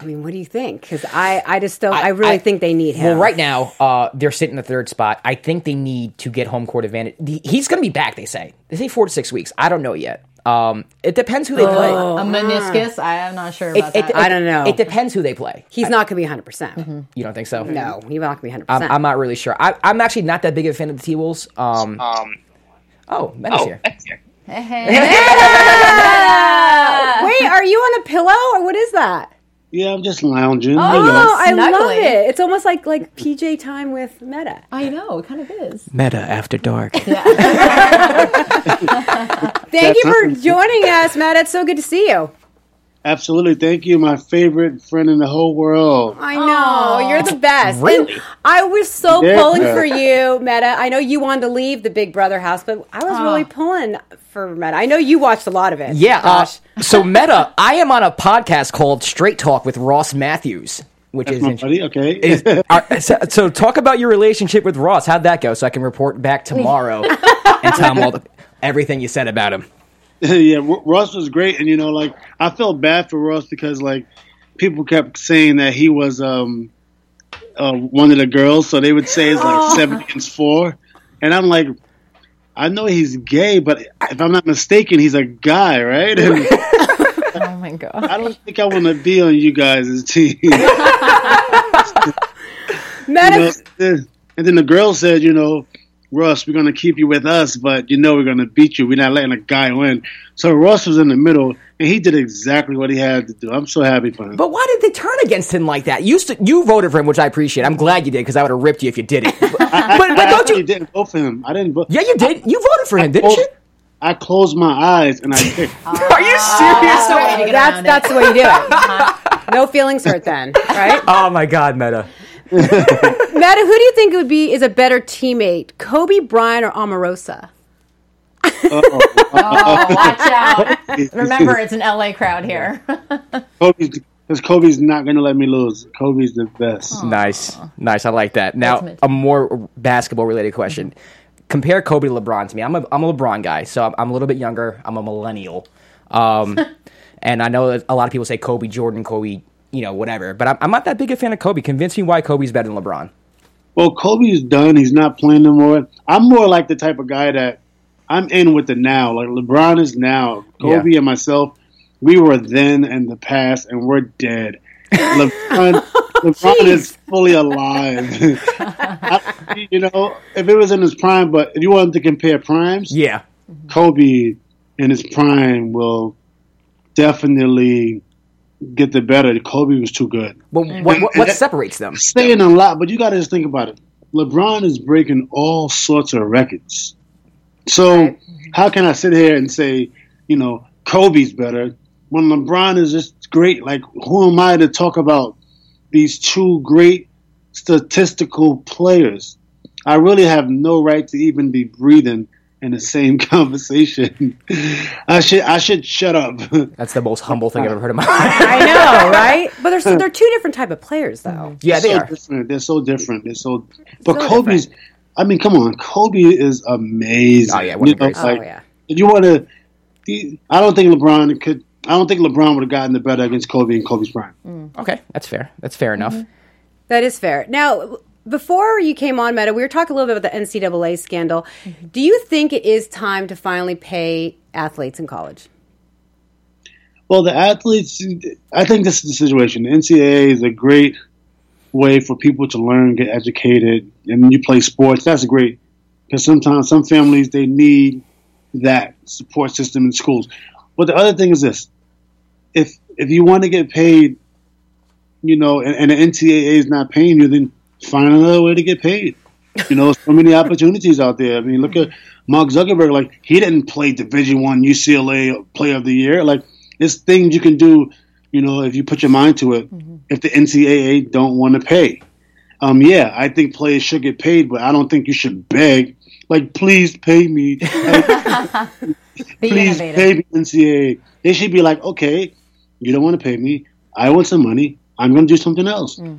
[SPEAKER 1] I mean, what do you think? Because I, I just don't. I, really think they need him.
[SPEAKER 3] Well, right now uh, they're sitting in the third spot. I think they need to get home court advantage. The- He's going to be back. They say. They say four to six weeks. I don't know yet. Um, it depends who they play.
[SPEAKER 4] a meniscus. I am not sure about
[SPEAKER 3] It-
[SPEAKER 4] that.
[SPEAKER 3] it-
[SPEAKER 1] Oh. I don't know.
[SPEAKER 3] It depends who they play.
[SPEAKER 1] he's not going to be 100. percent
[SPEAKER 3] You don't think so?
[SPEAKER 1] No, he's not going to be 100.
[SPEAKER 3] Mm-hmm. I'm,
[SPEAKER 1] percent
[SPEAKER 3] I'm not really sure. I, I'm actually not that big of a fan of the T Wolves. Um,
[SPEAKER 6] Um,
[SPEAKER 3] oh, Menace
[SPEAKER 6] oh,
[SPEAKER 3] here.
[SPEAKER 6] that's here.
[SPEAKER 4] Hey, hey.
[SPEAKER 1] Wait, are you on a pillow or what is that?
[SPEAKER 6] Yeah, I'm just lounging. you
[SPEAKER 1] Oh,
[SPEAKER 6] know.
[SPEAKER 1] I love
[SPEAKER 4] Snuggly.
[SPEAKER 1] it. It's almost like like PJ time with Meta.
[SPEAKER 4] I know, it kind of is.
[SPEAKER 3] Meta after dark.
[SPEAKER 1] Thank you for joining us, Meta. It's so good to see you.
[SPEAKER 6] Absolutely. Thank you, my favorite friend in the whole world.
[SPEAKER 1] I know you're the best.
[SPEAKER 3] Really?
[SPEAKER 1] And I was so
[SPEAKER 6] Yeah.
[SPEAKER 1] pulling for you, Meta. I know you wanted to leave the Big Brother house, but I was really pulling for Meta. I know you watched a lot of it.
[SPEAKER 3] Yeah. uh,
[SPEAKER 1] Gosh.
[SPEAKER 3] so Meta, I am on a podcast called Straight Talk with Ross Matthews, which is
[SPEAKER 6] My buddy, okay.
[SPEAKER 3] is- are- so, so talk about your relationship with Ross. How'd that go? So I can report back tomorrow and tell him all the, everything you said about him.
[SPEAKER 6] yeah, R- Ross was great, and you know, like I felt bad for Ross because like people kept saying that he was um uh, one of the girls, so they would say it's like seven against four, and I'm like, I know he's gay, but if I'm not mistaken, he's a guy, right? And
[SPEAKER 4] Oh my god.
[SPEAKER 6] I don't think I want to be on you guys' team.
[SPEAKER 1] Meta,
[SPEAKER 6] You know, then- and then the girl said, you know, Russ, we're gonna keep you with us, but you know we're gonna beat you. We're not letting a guy win. So Russ was in the middle, and he did exactly what he had to do. I'm so happy for him.
[SPEAKER 3] But why did they turn against him like that? You st- you voted for him, which I appreciate. I'm glad you did because I would have ripped you if you didn't. But, but, but
[SPEAKER 6] I
[SPEAKER 3] don't
[SPEAKER 6] actually
[SPEAKER 3] you?
[SPEAKER 6] didn't vote for him. I didn't vote.
[SPEAKER 3] Yeah, you did. You voted for him, didn't you?
[SPEAKER 6] I closed my eyes and I picked.
[SPEAKER 3] Are you serious?
[SPEAKER 4] Way to get
[SPEAKER 1] that's
[SPEAKER 4] around it.
[SPEAKER 1] that's the way you do it. No feelings hurt then, right?
[SPEAKER 3] oh my God, Meta.
[SPEAKER 1] Meta, who do you think would be is a better teammate, Kobe Bryant or Omarosa?
[SPEAKER 4] Oh, watch out. Remember, it's an LA crowd here.
[SPEAKER 6] Kobe's because Kobe's not gonna let me lose. Kobe's the best.
[SPEAKER 1] Oh.
[SPEAKER 3] Nice, nice. I like that. Now,
[SPEAKER 4] That's
[SPEAKER 3] a more basketball-related question. Compare Kobe to LeBron to me. I'm a I'm a LeBron guy, so I'm, I'm a little bit younger. I'm a millennial, um, and I know that a lot of people say Kobe, Jordan, Kobe, you know, whatever. But I'm, I'm not that big a fan of Kobe. Convince me why Kobe's better than LeBron.
[SPEAKER 6] Well, Kobe's done. He's not playing no more. I'm more like the type of guy that I'm in with the now. Like LeBron is now. Kobe
[SPEAKER 3] Yeah.
[SPEAKER 6] and myself, we were then and the past, and we're dead. LeBron, LeBron is fully alive. I- you know, if it was in his prime, but if you wanted to compare primes,
[SPEAKER 3] Yeah,
[SPEAKER 6] Kobe in his prime will definitely get the better. Kobe was too good
[SPEAKER 3] but
[SPEAKER 1] Mm.
[SPEAKER 3] what, what, what separates them?
[SPEAKER 6] saying a lot, but you got to just think about it. LeBron is breaking all sorts of records. So how can I sit here and say, you know, Kobe's better when LeBron is just great? Like, who am I to talk about these two great statistical players? I really have no right to even be breathing in the same conversation. I should I should shut up.
[SPEAKER 3] That's the most humble thing I've ever heard in my life.
[SPEAKER 1] I know, right? But they're so, they're two different type of players, though.
[SPEAKER 3] yeah, they
[SPEAKER 6] so
[SPEAKER 3] are.
[SPEAKER 6] different. They're so different. They're so. But Kobe's. I mean, come on, Kobe is amazing.
[SPEAKER 3] Oh, yeah, one of
[SPEAKER 6] You
[SPEAKER 3] the greats.
[SPEAKER 1] Oh
[SPEAKER 6] like,
[SPEAKER 1] yeah.
[SPEAKER 6] If you want to, I don't think LeBron could. I don't think LeBron would have gotten the better against Kobe and Kobe's prime.
[SPEAKER 3] Okay, that's fair. That's fair enough.
[SPEAKER 1] That is fair. Now, before you came on, Meta, we were talking a little bit about the NCAA scandal. Do you think it is time to finally pay athletes in college?
[SPEAKER 6] Well, the athletes. I think this is the situation. The NCAA is a great way for people to learn, get educated, and you play sports. That's great because sometimes some families they need that support system in schools. But the other thing is this: if if you want to get paid, you know, and, and the NCAA is not paying you, then find another way to get paid. You know, so many opportunities out there. I mean, look at Mark Zuckerberg. Like he didn't play Division One UCLA Player of the Year. Like it's things you can do. You know, if you put your mind to it.
[SPEAKER 4] Mm-hmm.
[SPEAKER 6] If the NCAA don't want to pay, um, yeah, I think players should get paid, but I don't think you should beg. Like, please pay me.
[SPEAKER 4] Be
[SPEAKER 6] please
[SPEAKER 4] innovative.
[SPEAKER 6] pay me NCAA. They should be like, okay, you don't want to pay me. I want some money. I'm going to do something
[SPEAKER 4] Mm-hmm.
[SPEAKER 6] else.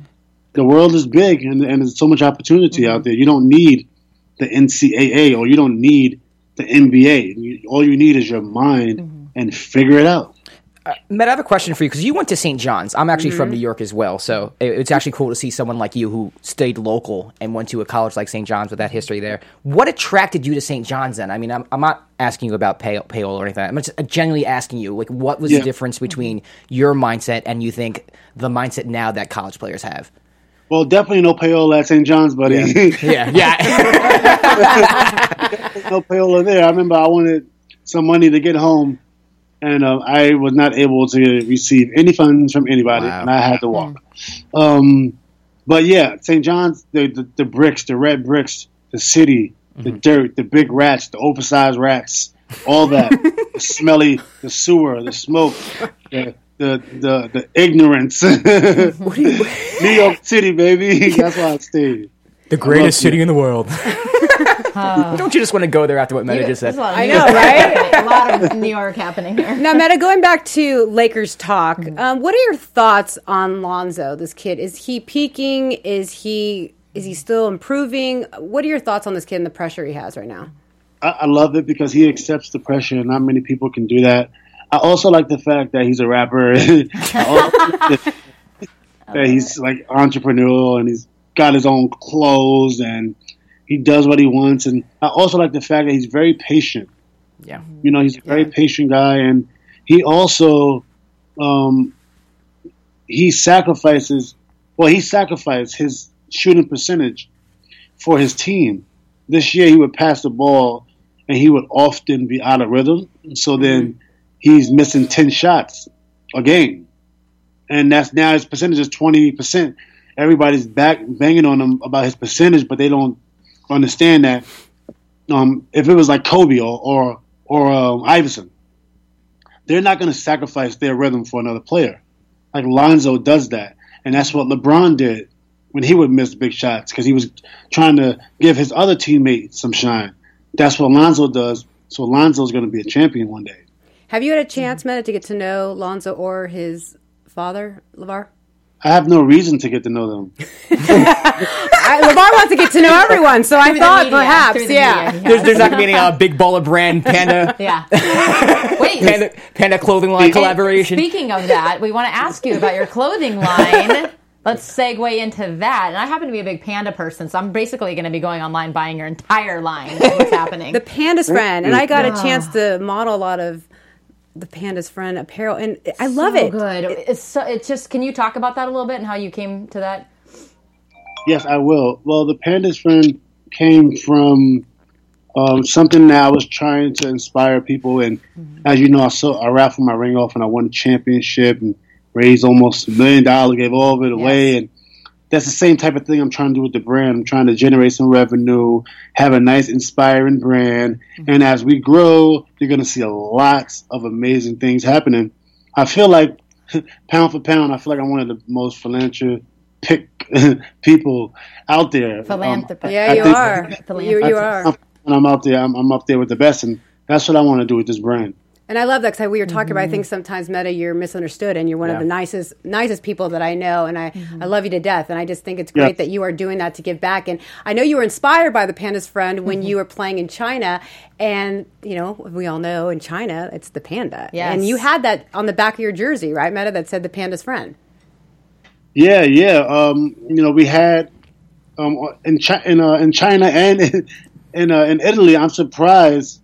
[SPEAKER 6] The world is big, and, and there's so much opportunity out there. You don't need the NCAA or you don't need the NBA. You- all you need is your mind and figure it out.
[SPEAKER 3] Matt, I have a question for you because you went to St. John's. I'm actually
[SPEAKER 4] Mm-hmm.
[SPEAKER 3] from New York as well, so it, it's actually cool to see someone like you who stayed local and went to a college like St. John's with that history there. What attracted you to St. John's then? I mean, I'm, I'm not asking you about pay, payola or anything. I'm just genuinely asking you, like, what was
[SPEAKER 6] Yeah.
[SPEAKER 3] the difference between your mindset and you think the mindset now that college players have?
[SPEAKER 6] Well, definitely no payola at St. John's, buddy.
[SPEAKER 3] Yeah, yeah.
[SPEAKER 6] no payola there. I remember I wanted some money to get home, and uh, I was not able to receive any funds from anybody,
[SPEAKER 7] Wow.
[SPEAKER 6] and I had to walk. Um, but yeah, St. John's, the, the the bricks, the red bricks, the city, the dirt, the big rats, the oversized rats, all that, the smelly, the sewer, the smoke, the the the, the ignorance. New York City, baby. That's why I stayed.
[SPEAKER 8] The greatest
[SPEAKER 6] you.
[SPEAKER 8] city in the world.
[SPEAKER 3] Don't you just want to go there after what Meta just said?
[SPEAKER 4] There's a lot of
[SPEAKER 1] I
[SPEAKER 4] New
[SPEAKER 1] know,
[SPEAKER 4] York-
[SPEAKER 1] right?
[SPEAKER 4] a lot of New York happening here.
[SPEAKER 1] Now, Meta, going back to Lakers talk, um, what are your thoughts on Lonzo? This kid is he peaking? Is he is he still improving? What are your thoughts on this kid and the pressure he has right now?
[SPEAKER 6] I, I love it because he accepts the pressure, and not many people can do that. I also like the fact that he's a rapper. I also like the- that he's like entrepreneurial and he's got his own clothes and he does what he wants. And I also like the fact that he's very patient.
[SPEAKER 3] Yeah.
[SPEAKER 6] You know, he's a very patient guy, and he also um, he sacrifices. Well, he sacrificed his shooting percentage for his team. This year, he would pass the ball, and he would often be out of rhythm. So then, he's missing ten shots a game, and that's now his percentage is twenty percent. Everybody's back banging on him about his percentage, but they don't understand that um, if it was like Kobe or or, or um, Iverson, they're not going to sacrifice their rhythm for another player. Like Lonzo does that, and that's what LeBron did when he would miss big shots because he was trying to give his other teammate some shine. That's what Lonzo does. So Lonzo's going to be a champion one day.
[SPEAKER 1] Have you had a chance, Meta, to get to know Lonzo or his father, Levar?
[SPEAKER 6] I have no reason to get to know them.
[SPEAKER 1] I, Levar wants to get to know everyone, so I
[SPEAKER 4] Through the
[SPEAKER 1] thought
[SPEAKER 4] media,
[SPEAKER 1] perhaps,
[SPEAKER 4] through the
[SPEAKER 1] yeah.
[SPEAKER 4] media,
[SPEAKER 3] There's, there's not going to be any uh, big baller brand panda,
[SPEAKER 4] yeah. Wait.
[SPEAKER 3] panda panda clothing line collaboration.
[SPEAKER 4] Speaking of that, we want to ask you about your clothing line. Let's segue into that. And I happen to be a big panda person, so I'm basically going to be going online buying your entire line. Is what's happening?
[SPEAKER 1] The panda's friend, and I got a chance to model a lot of the panda's friend apparel, and I love
[SPEAKER 4] so
[SPEAKER 1] it.
[SPEAKER 4] Oh, good. It's so. It's just. Can you talk about that a little bit and how you came to that?
[SPEAKER 6] Yes, I will. Well, the panda's friend came from um, something that I was trying to inspire people, and as you know, I so I raffled my ring off and I won a championship and raised almost a million dollars, gave all of it away, and that's the same type of thing I'm trying to do with the brand. I'm trying to generate some revenue, have a nice, inspiring brand, and as we grow, you're going to see lots of amazing things happening. I feel like pound for pound, I feel like I'm one of the most philanthropic people out there. Um,
[SPEAKER 4] Philanthropist.
[SPEAKER 1] Yeah,
[SPEAKER 6] I
[SPEAKER 1] you
[SPEAKER 6] think- Um,
[SPEAKER 1] are. You, you are.
[SPEAKER 6] I'm, when I'm out there, I'm, I'm up there with the best, and that's what I want to do with this brand.
[SPEAKER 1] And I love that because we were talking about. I think sometimes Meta, you're misunderstood, and you're one of the nicest, nicest people that I know, and I, I love you to death. And I just think it's great
[SPEAKER 6] Yeah.
[SPEAKER 1] that you are doing that to give back. And I know you were inspired by the panda's friend when you were playing in China, and you know we all know in China it's the panda.
[SPEAKER 4] Yes.
[SPEAKER 1] And you had that on the back of your jersey, right, Meta, that said the panda's friend.
[SPEAKER 6] Yeah, yeah. Um, you know, we had um, in Chi- in, uh, in China and in in, uh, in Italy. I'm surprised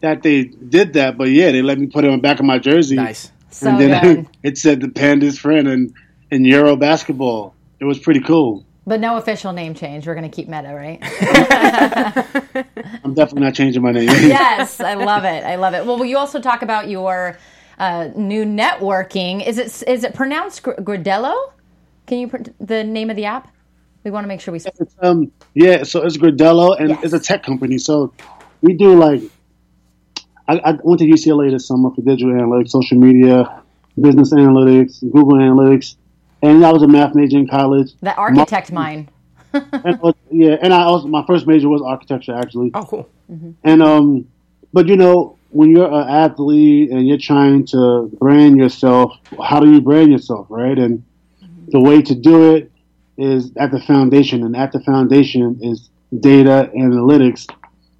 [SPEAKER 6] that they did that, but yeah, they let me put it on the back of my jersey.
[SPEAKER 3] nice.
[SPEAKER 4] So
[SPEAKER 6] and
[SPEAKER 4] good.
[SPEAKER 6] then it said the Panda's friend and in Euro basketball. It was pretty cool.
[SPEAKER 4] But no official name change. We're going to keep Meta, right?
[SPEAKER 6] I'm definitely not changing my name.
[SPEAKER 4] yes, I love it. I love it. Well, will you also talk about your uh, new networking? Is it is it pronounced Gr- Gridello? Can you pr- the name of the app? We want to make sure we.
[SPEAKER 6] Um, yeah, so it's Gradello, and it's a tech company. So we do like I, I went to UCLA this summer for digital analytics, social media, business analytics, Google analytics, and I was a math major in college.
[SPEAKER 4] The architect mine.
[SPEAKER 6] and, I was- yeah, and I also my first major was architecture actually.
[SPEAKER 3] Oh, cool.
[SPEAKER 6] And um, but you know, when you're an athlete and you're trying to brand yourself, how do you brand yourself, right? And the way to do it is at the foundation, and at the foundation is data analytics.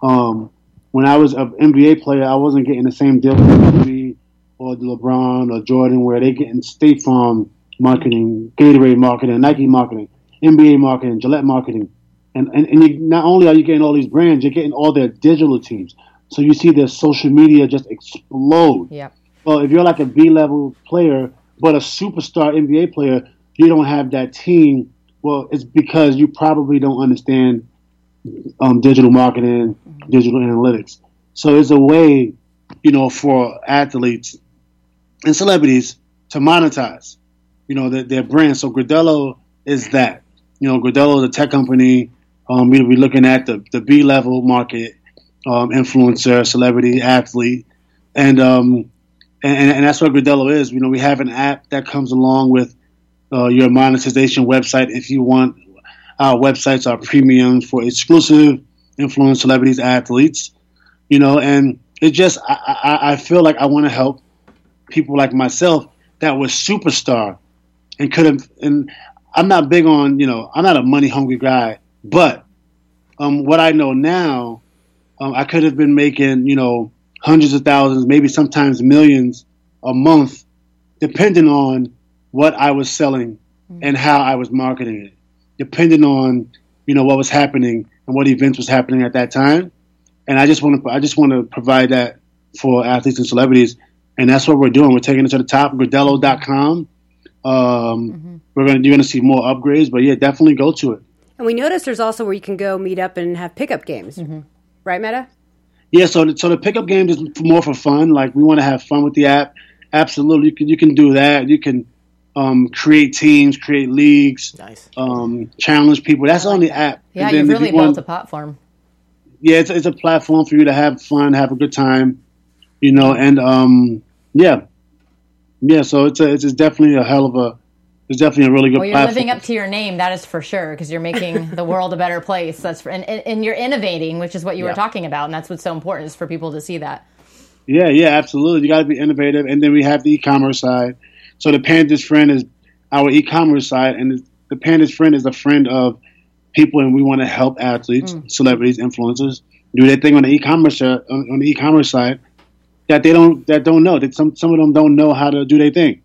[SPEAKER 6] Um, when I was an NBA player, I wasn't getting the same deal as Kobe or LeBron or Jordan, where they getting State Farm marketing, Gatorade marketing, Nike marketing, NBA marketing, Gillette marketing and and, and you, not only are you getting all these brands, you're getting all their digital teams. So you see their social media just explode.
[SPEAKER 4] Yep.
[SPEAKER 6] Well, if you're like a B level player, but a superstar NBA player, you don't have that team. Well, it's because you probably don't understand um, digital marketing, digital analytics. So it's a way, you know, for athletes and celebrities to monetize, you know, their, their brand. So Gradello is that. You know, Gradello is a tech company. Um, we, we're looking at the, the B level market, um, influencer, celebrity, athlete, and um, and, and that's what Gradello is. You know, we have an app that comes along with uh, your monetization website if you want. Our websites are premium for exclusive influence celebrities, athletes, you know, and it just I, I, I feel like I want to help people like myself that was superstar and could have and I'm not big on you know I'm not a money hungry guy, but um, what I know now, um, I could have been making you know hundreds of thousands, maybe sometimes millions a month, depending on what I was selling and how I was marketing it, depending on you know what was happening and what events was happening at that time. And I just want to I just want to provide that for athletes and celebrities, and that's what we're doing. We're taking it to the top. Gradello.com. Um, We're gonna you're gonna see more upgrades, but yeah, definitely go to it.
[SPEAKER 1] And we noticed there's also where you can go meet up and have pickup games. Right, Meta?
[SPEAKER 6] Yeah, so the, so the pickup game is more for fun. Like we want to have fun with the app. Absolutely, you can you can do that. You can um, create teams, create leagues,
[SPEAKER 3] Nice.
[SPEAKER 6] um, challenge people. That's on the app.
[SPEAKER 4] Yeah,
[SPEAKER 6] And then
[SPEAKER 4] you've
[SPEAKER 6] if you
[SPEAKER 4] really
[SPEAKER 6] want-
[SPEAKER 4] built a platform.
[SPEAKER 6] yeah, it's, it's a platform for you to have fun, have a good time, you know, and um, yeah, yeah. So it's a, it's it's definitely a hell of a it's definitely a really good
[SPEAKER 4] Well, you're
[SPEAKER 6] platform.
[SPEAKER 4] living up to your name, that is for sure, because you're making the world a better place. That's for, and, and, and you're innovating, which is what you
[SPEAKER 3] Yeah.
[SPEAKER 4] were talking about, and that's what's so important is for people to see that.
[SPEAKER 6] Yeah, yeah, absolutely. You got to be innovative, and then we have the e-commerce side. So the Panda's friend is our e-commerce side, and the Panda's friend is a friend of people, and we want to help athletes, celebrities, influencers do their thing on the e-commerce uh, on, on the e-commerce side that they don't that don't know that some some of them don't know how to do their thing,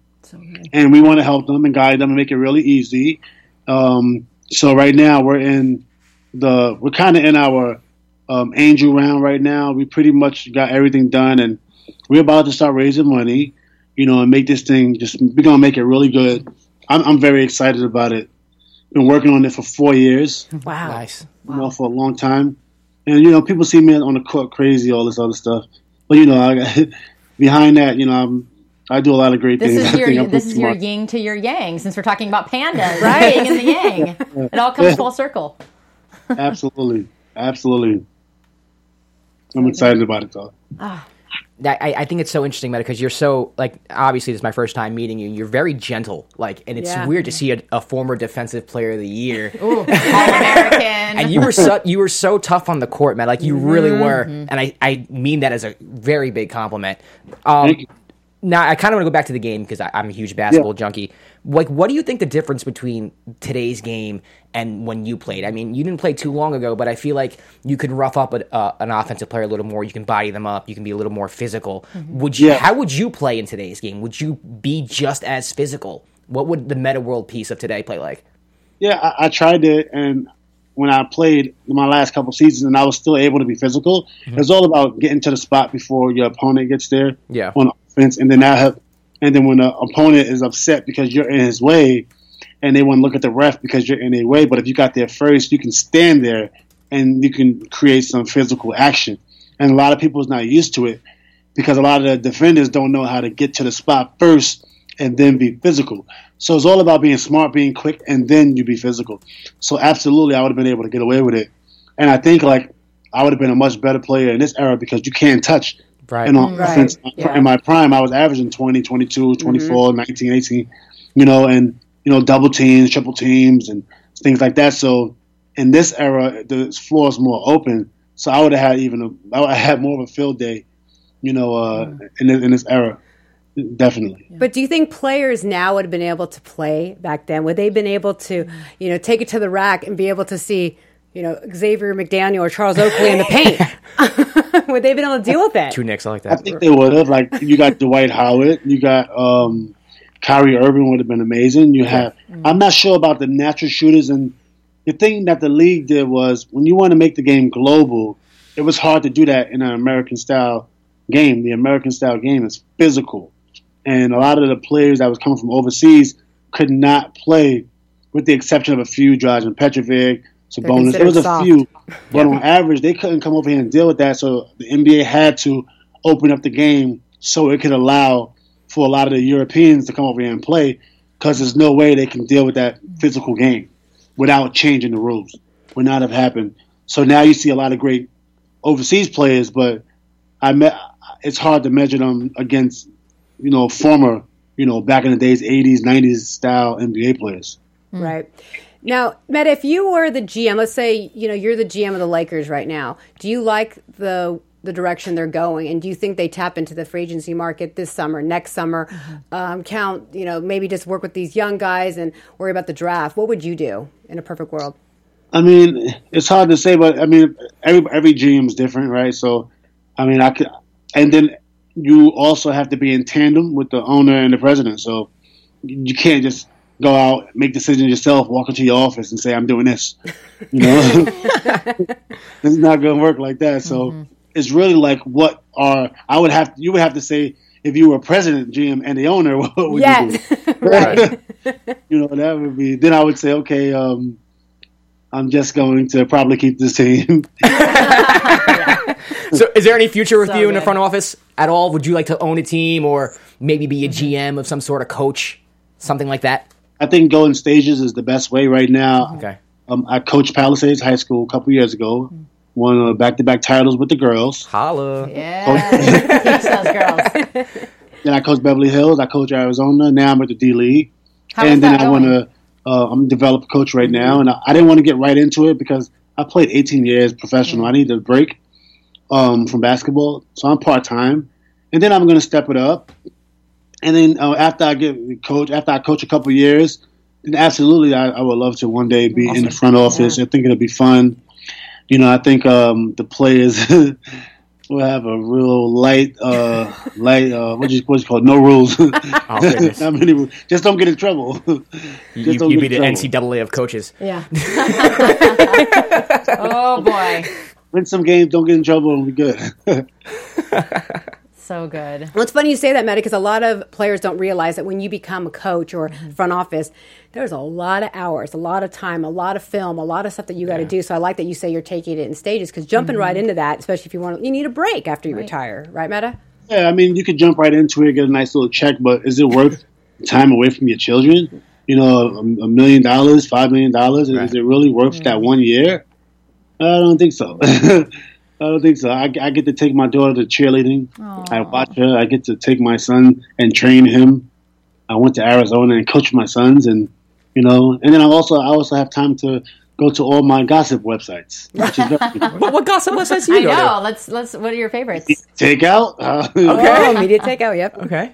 [SPEAKER 6] and we want to help them and guide them and make it really easy. Um, so right now we're in the we're kind of in our um, angel round right now. We pretty much got everything done, and we're about to start raising money, you know, and make this thing just we're gonna make it really good. I'm, I'm very excited about it. Been working on it for four years, you
[SPEAKER 1] Wow.
[SPEAKER 3] Nice.
[SPEAKER 6] know, for a long time, and you know, people see me on the court crazy, all this other stuff, but you know, I, behind that, you know, I'm, I do a lot of great
[SPEAKER 4] This
[SPEAKER 6] things.
[SPEAKER 4] is
[SPEAKER 6] I think
[SPEAKER 4] your
[SPEAKER 6] I'm
[SPEAKER 4] this is
[SPEAKER 6] pretty
[SPEAKER 4] your
[SPEAKER 6] smart.
[SPEAKER 4] yin to your yang. Since we're talking about pandas, right? Yin and the yang. It all comes full circle.
[SPEAKER 6] absolutely, absolutely. I'm excited about it though.
[SPEAKER 3] that I, I think it's so interesting, Meta, because you're so like obviously this is my first time meeting you. and You're very gentle, like, and it's
[SPEAKER 1] Yeah.
[SPEAKER 3] weird to see a, a former defensive player of the year.
[SPEAKER 4] All American.
[SPEAKER 3] and you were so you were so tough on the court, man. Like you really were, and I, I mean that as a very big compliment. Um,
[SPEAKER 6] Thank you.
[SPEAKER 3] now I kind of want to go back to the game because I'm a huge basketball junkie. Like, what do you think the difference between today's game and when you played? I mean, you didn't play too long ago, but I feel like you can rough up a, uh, an offensive player a little more. You can body them up. You can be a little more physical. Would you?
[SPEAKER 6] Yeah.
[SPEAKER 3] How would you play in today's game? Would you be just as physical? What would the meta world piece of today play like?
[SPEAKER 6] Yeah, I, I tried it, and when I played my last couple seasons, and I was still able to be physical. It's all about getting to the spot before your opponent gets there.
[SPEAKER 3] Yeah.
[SPEAKER 6] On offense, and then I have, and then when the opponent is upset because you're in his way, and they want to look at the ref because you're in their way. But if you got there first, you can stand there and you can create some physical action. And a lot of people's not used to it because a lot of the defenders don't know how to get to the spot first and then be physical. So it's all about being smart, being quick, and then you be physical. So absolutely, I would have been able to get away with it. And I think like I would have been a much better player in this era because you can't touch.
[SPEAKER 3] Right.
[SPEAKER 6] And on offense,
[SPEAKER 4] Yeah.
[SPEAKER 6] in my prime, I was averaging 20, 22, 24, 19, 18, you know, and, you know, double teams, triple teams, and things like that. So in this era, the floor is more open. So I would have had even a, I would have had more of a field day, you know, uh, in, this, in this era. Definitely.
[SPEAKER 1] But do you think players now would have been able to play back then? Would they have been able to, you know, take it to the rack and be able to see, you know, Xavier McDaniel or Charles Oakley in the paint? would they have been able to deal with that?
[SPEAKER 3] Two Knicks, I like
[SPEAKER 6] I
[SPEAKER 3] that.
[SPEAKER 6] think they would have. Like, you got Dwight Howard, you got um, Kyrie Irving would have been amazing. You have, I'm not sure about the natural shooters. And the thing that the league did was when you want to make the game global, it was hard to do that in an American style game. The American style game is physical. And a lot of the players that was coming from overseas could not play, with the exception of a few, Dragan Petrovic, Sabonis. There was a
[SPEAKER 1] considered soft.
[SPEAKER 6] few, but on average, they couldn't come over here and deal with that. So the NBA had to open up the game so it could allow for a lot of the Europeans to come over here and play because there's no way they can deal with that physical game without changing the rules. Would not have happened. So now you see a lot of great overseas players, but I me- it's hard to measure them against you know former you know back in the days 80s 90s style NBA players.
[SPEAKER 1] Right. Now, Matt, if you were the GM, let's say you know you're the GM of the Lakers right now. Do you like the the direction they're going, and do you think they tap into the free agency market this summer, next summer? Um, count, you know, maybe just work with these young guys and worry about the draft. What would you do in a perfect world?
[SPEAKER 6] I mean, it's hard to say, but I mean, every every GM is different, right? So, I mean, I could, and then you also have to be in tandem with the owner and the president. So, you can't just go out make decisions yourself, walk into your office and say, "I'm doing this." You know, it's not going to work like that. So, it's really like what are I would have you would have to say if you were president, GM, and the owner, what would you do?
[SPEAKER 1] Yes.
[SPEAKER 3] Right.
[SPEAKER 6] you know, that would be. Then I would say, okay, um, I'm just going to probably keep this team.
[SPEAKER 3] so, is there any future with
[SPEAKER 4] So
[SPEAKER 3] you in the
[SPEAKER 4] good.
[SPEAKER 3] front office at all? Would you like to own a team or maybe be a GM of some sort of coach, something like that?
[SPEAKER 6] I think going stages is the best way right now.
[SPEAKER 3] Okay.
[SPEAKER 6] Um, I coached Palisades High School a couple years ago, won uh, back-to-back titles with the girls.
[SPEAKER 3] Holla.
[SPEAKER 4] Yeah. Teach those girls.
[SPEAKER 6] Then I coached Beverly Hills. I coached Arizona. Now I'm at the D League,
[SPEAKER 4] How is
[SPEAKER 6] and then
[SPEAKER 4] that
[SPEAKER 6] I
[SPEAKER 4] going?
[SPEAKER 6] to. Uh, I'm a developer coach right now, and I, I didn't want to get right into it because I played 18 years professional.
[SPEAKER 4] Mm-hmm.
[SPEAKER 6] I need a break um, from basketball, so I'm part time, and then I'm going to step it up. And then uh, after I get coach, after I coach a couple years, then absolutely, I, I would love to one day be in the front office. I think it'll be fun. You know, I think um, the players will have a real light, uh, light. Uh, what you what you call it? no rules?
[SPEAKER 3] Oh, goodness.
[SPEAKER 6] Not many rules. Just don't get in trouble.
[SPEAKER 3] You,
[SPEAKER 6] don't
[SPEAKER 3] you'd
[SPEAKER 6] get
[SPEAKER 3] be
[SPEAKER 6] in
[SPEAKER 3] the
[SPEAKER 6] trouble.
[SPEAKER 3] NCAA of coaches.
[SPEAKER 4] Yeah. oh boy,
[SPEAKER 6] Win some games, don't get in trouble, and we good.
[SPEAKER 4] so good.
[SPEAKER 1] Well, it's funny you say that, Matt, because a lot of players don't realize that when you become a coach or front office, there's a lot of hours, a lot of time, a lot of film, a lot of stuff that you got to do. So I like that you say you're taking it in stages because jumping right into that, especially if you want, you need a break after you retire, right, Meta?
[SPEAKER 6] Yeah, I mean, you could jump right into it, get a nice little check, but is it worth time away from your children? You know, a, a million dollars, five million dollars, is it really worth that one year? I don't think so. I don't think so. I, I get to take my daughter to cheerleading. I watch her. I get to take my son and train him. I went to Arizona and coached my sons, and you know, and then I also I also have time to go to all my gossip websites. Which is very-
[SPEAKER 3] What, what gossip websites do
[SPEAKER 4] I
[SPEAKER 3] you go to?
[SPEAKER 4] know. Let's let's. What are your favorites?
[SPEAKER 6] Take out. Uh,
[SPEAKER 1] Oh, media takeout, yep.
[SPEAKER 3] Okay.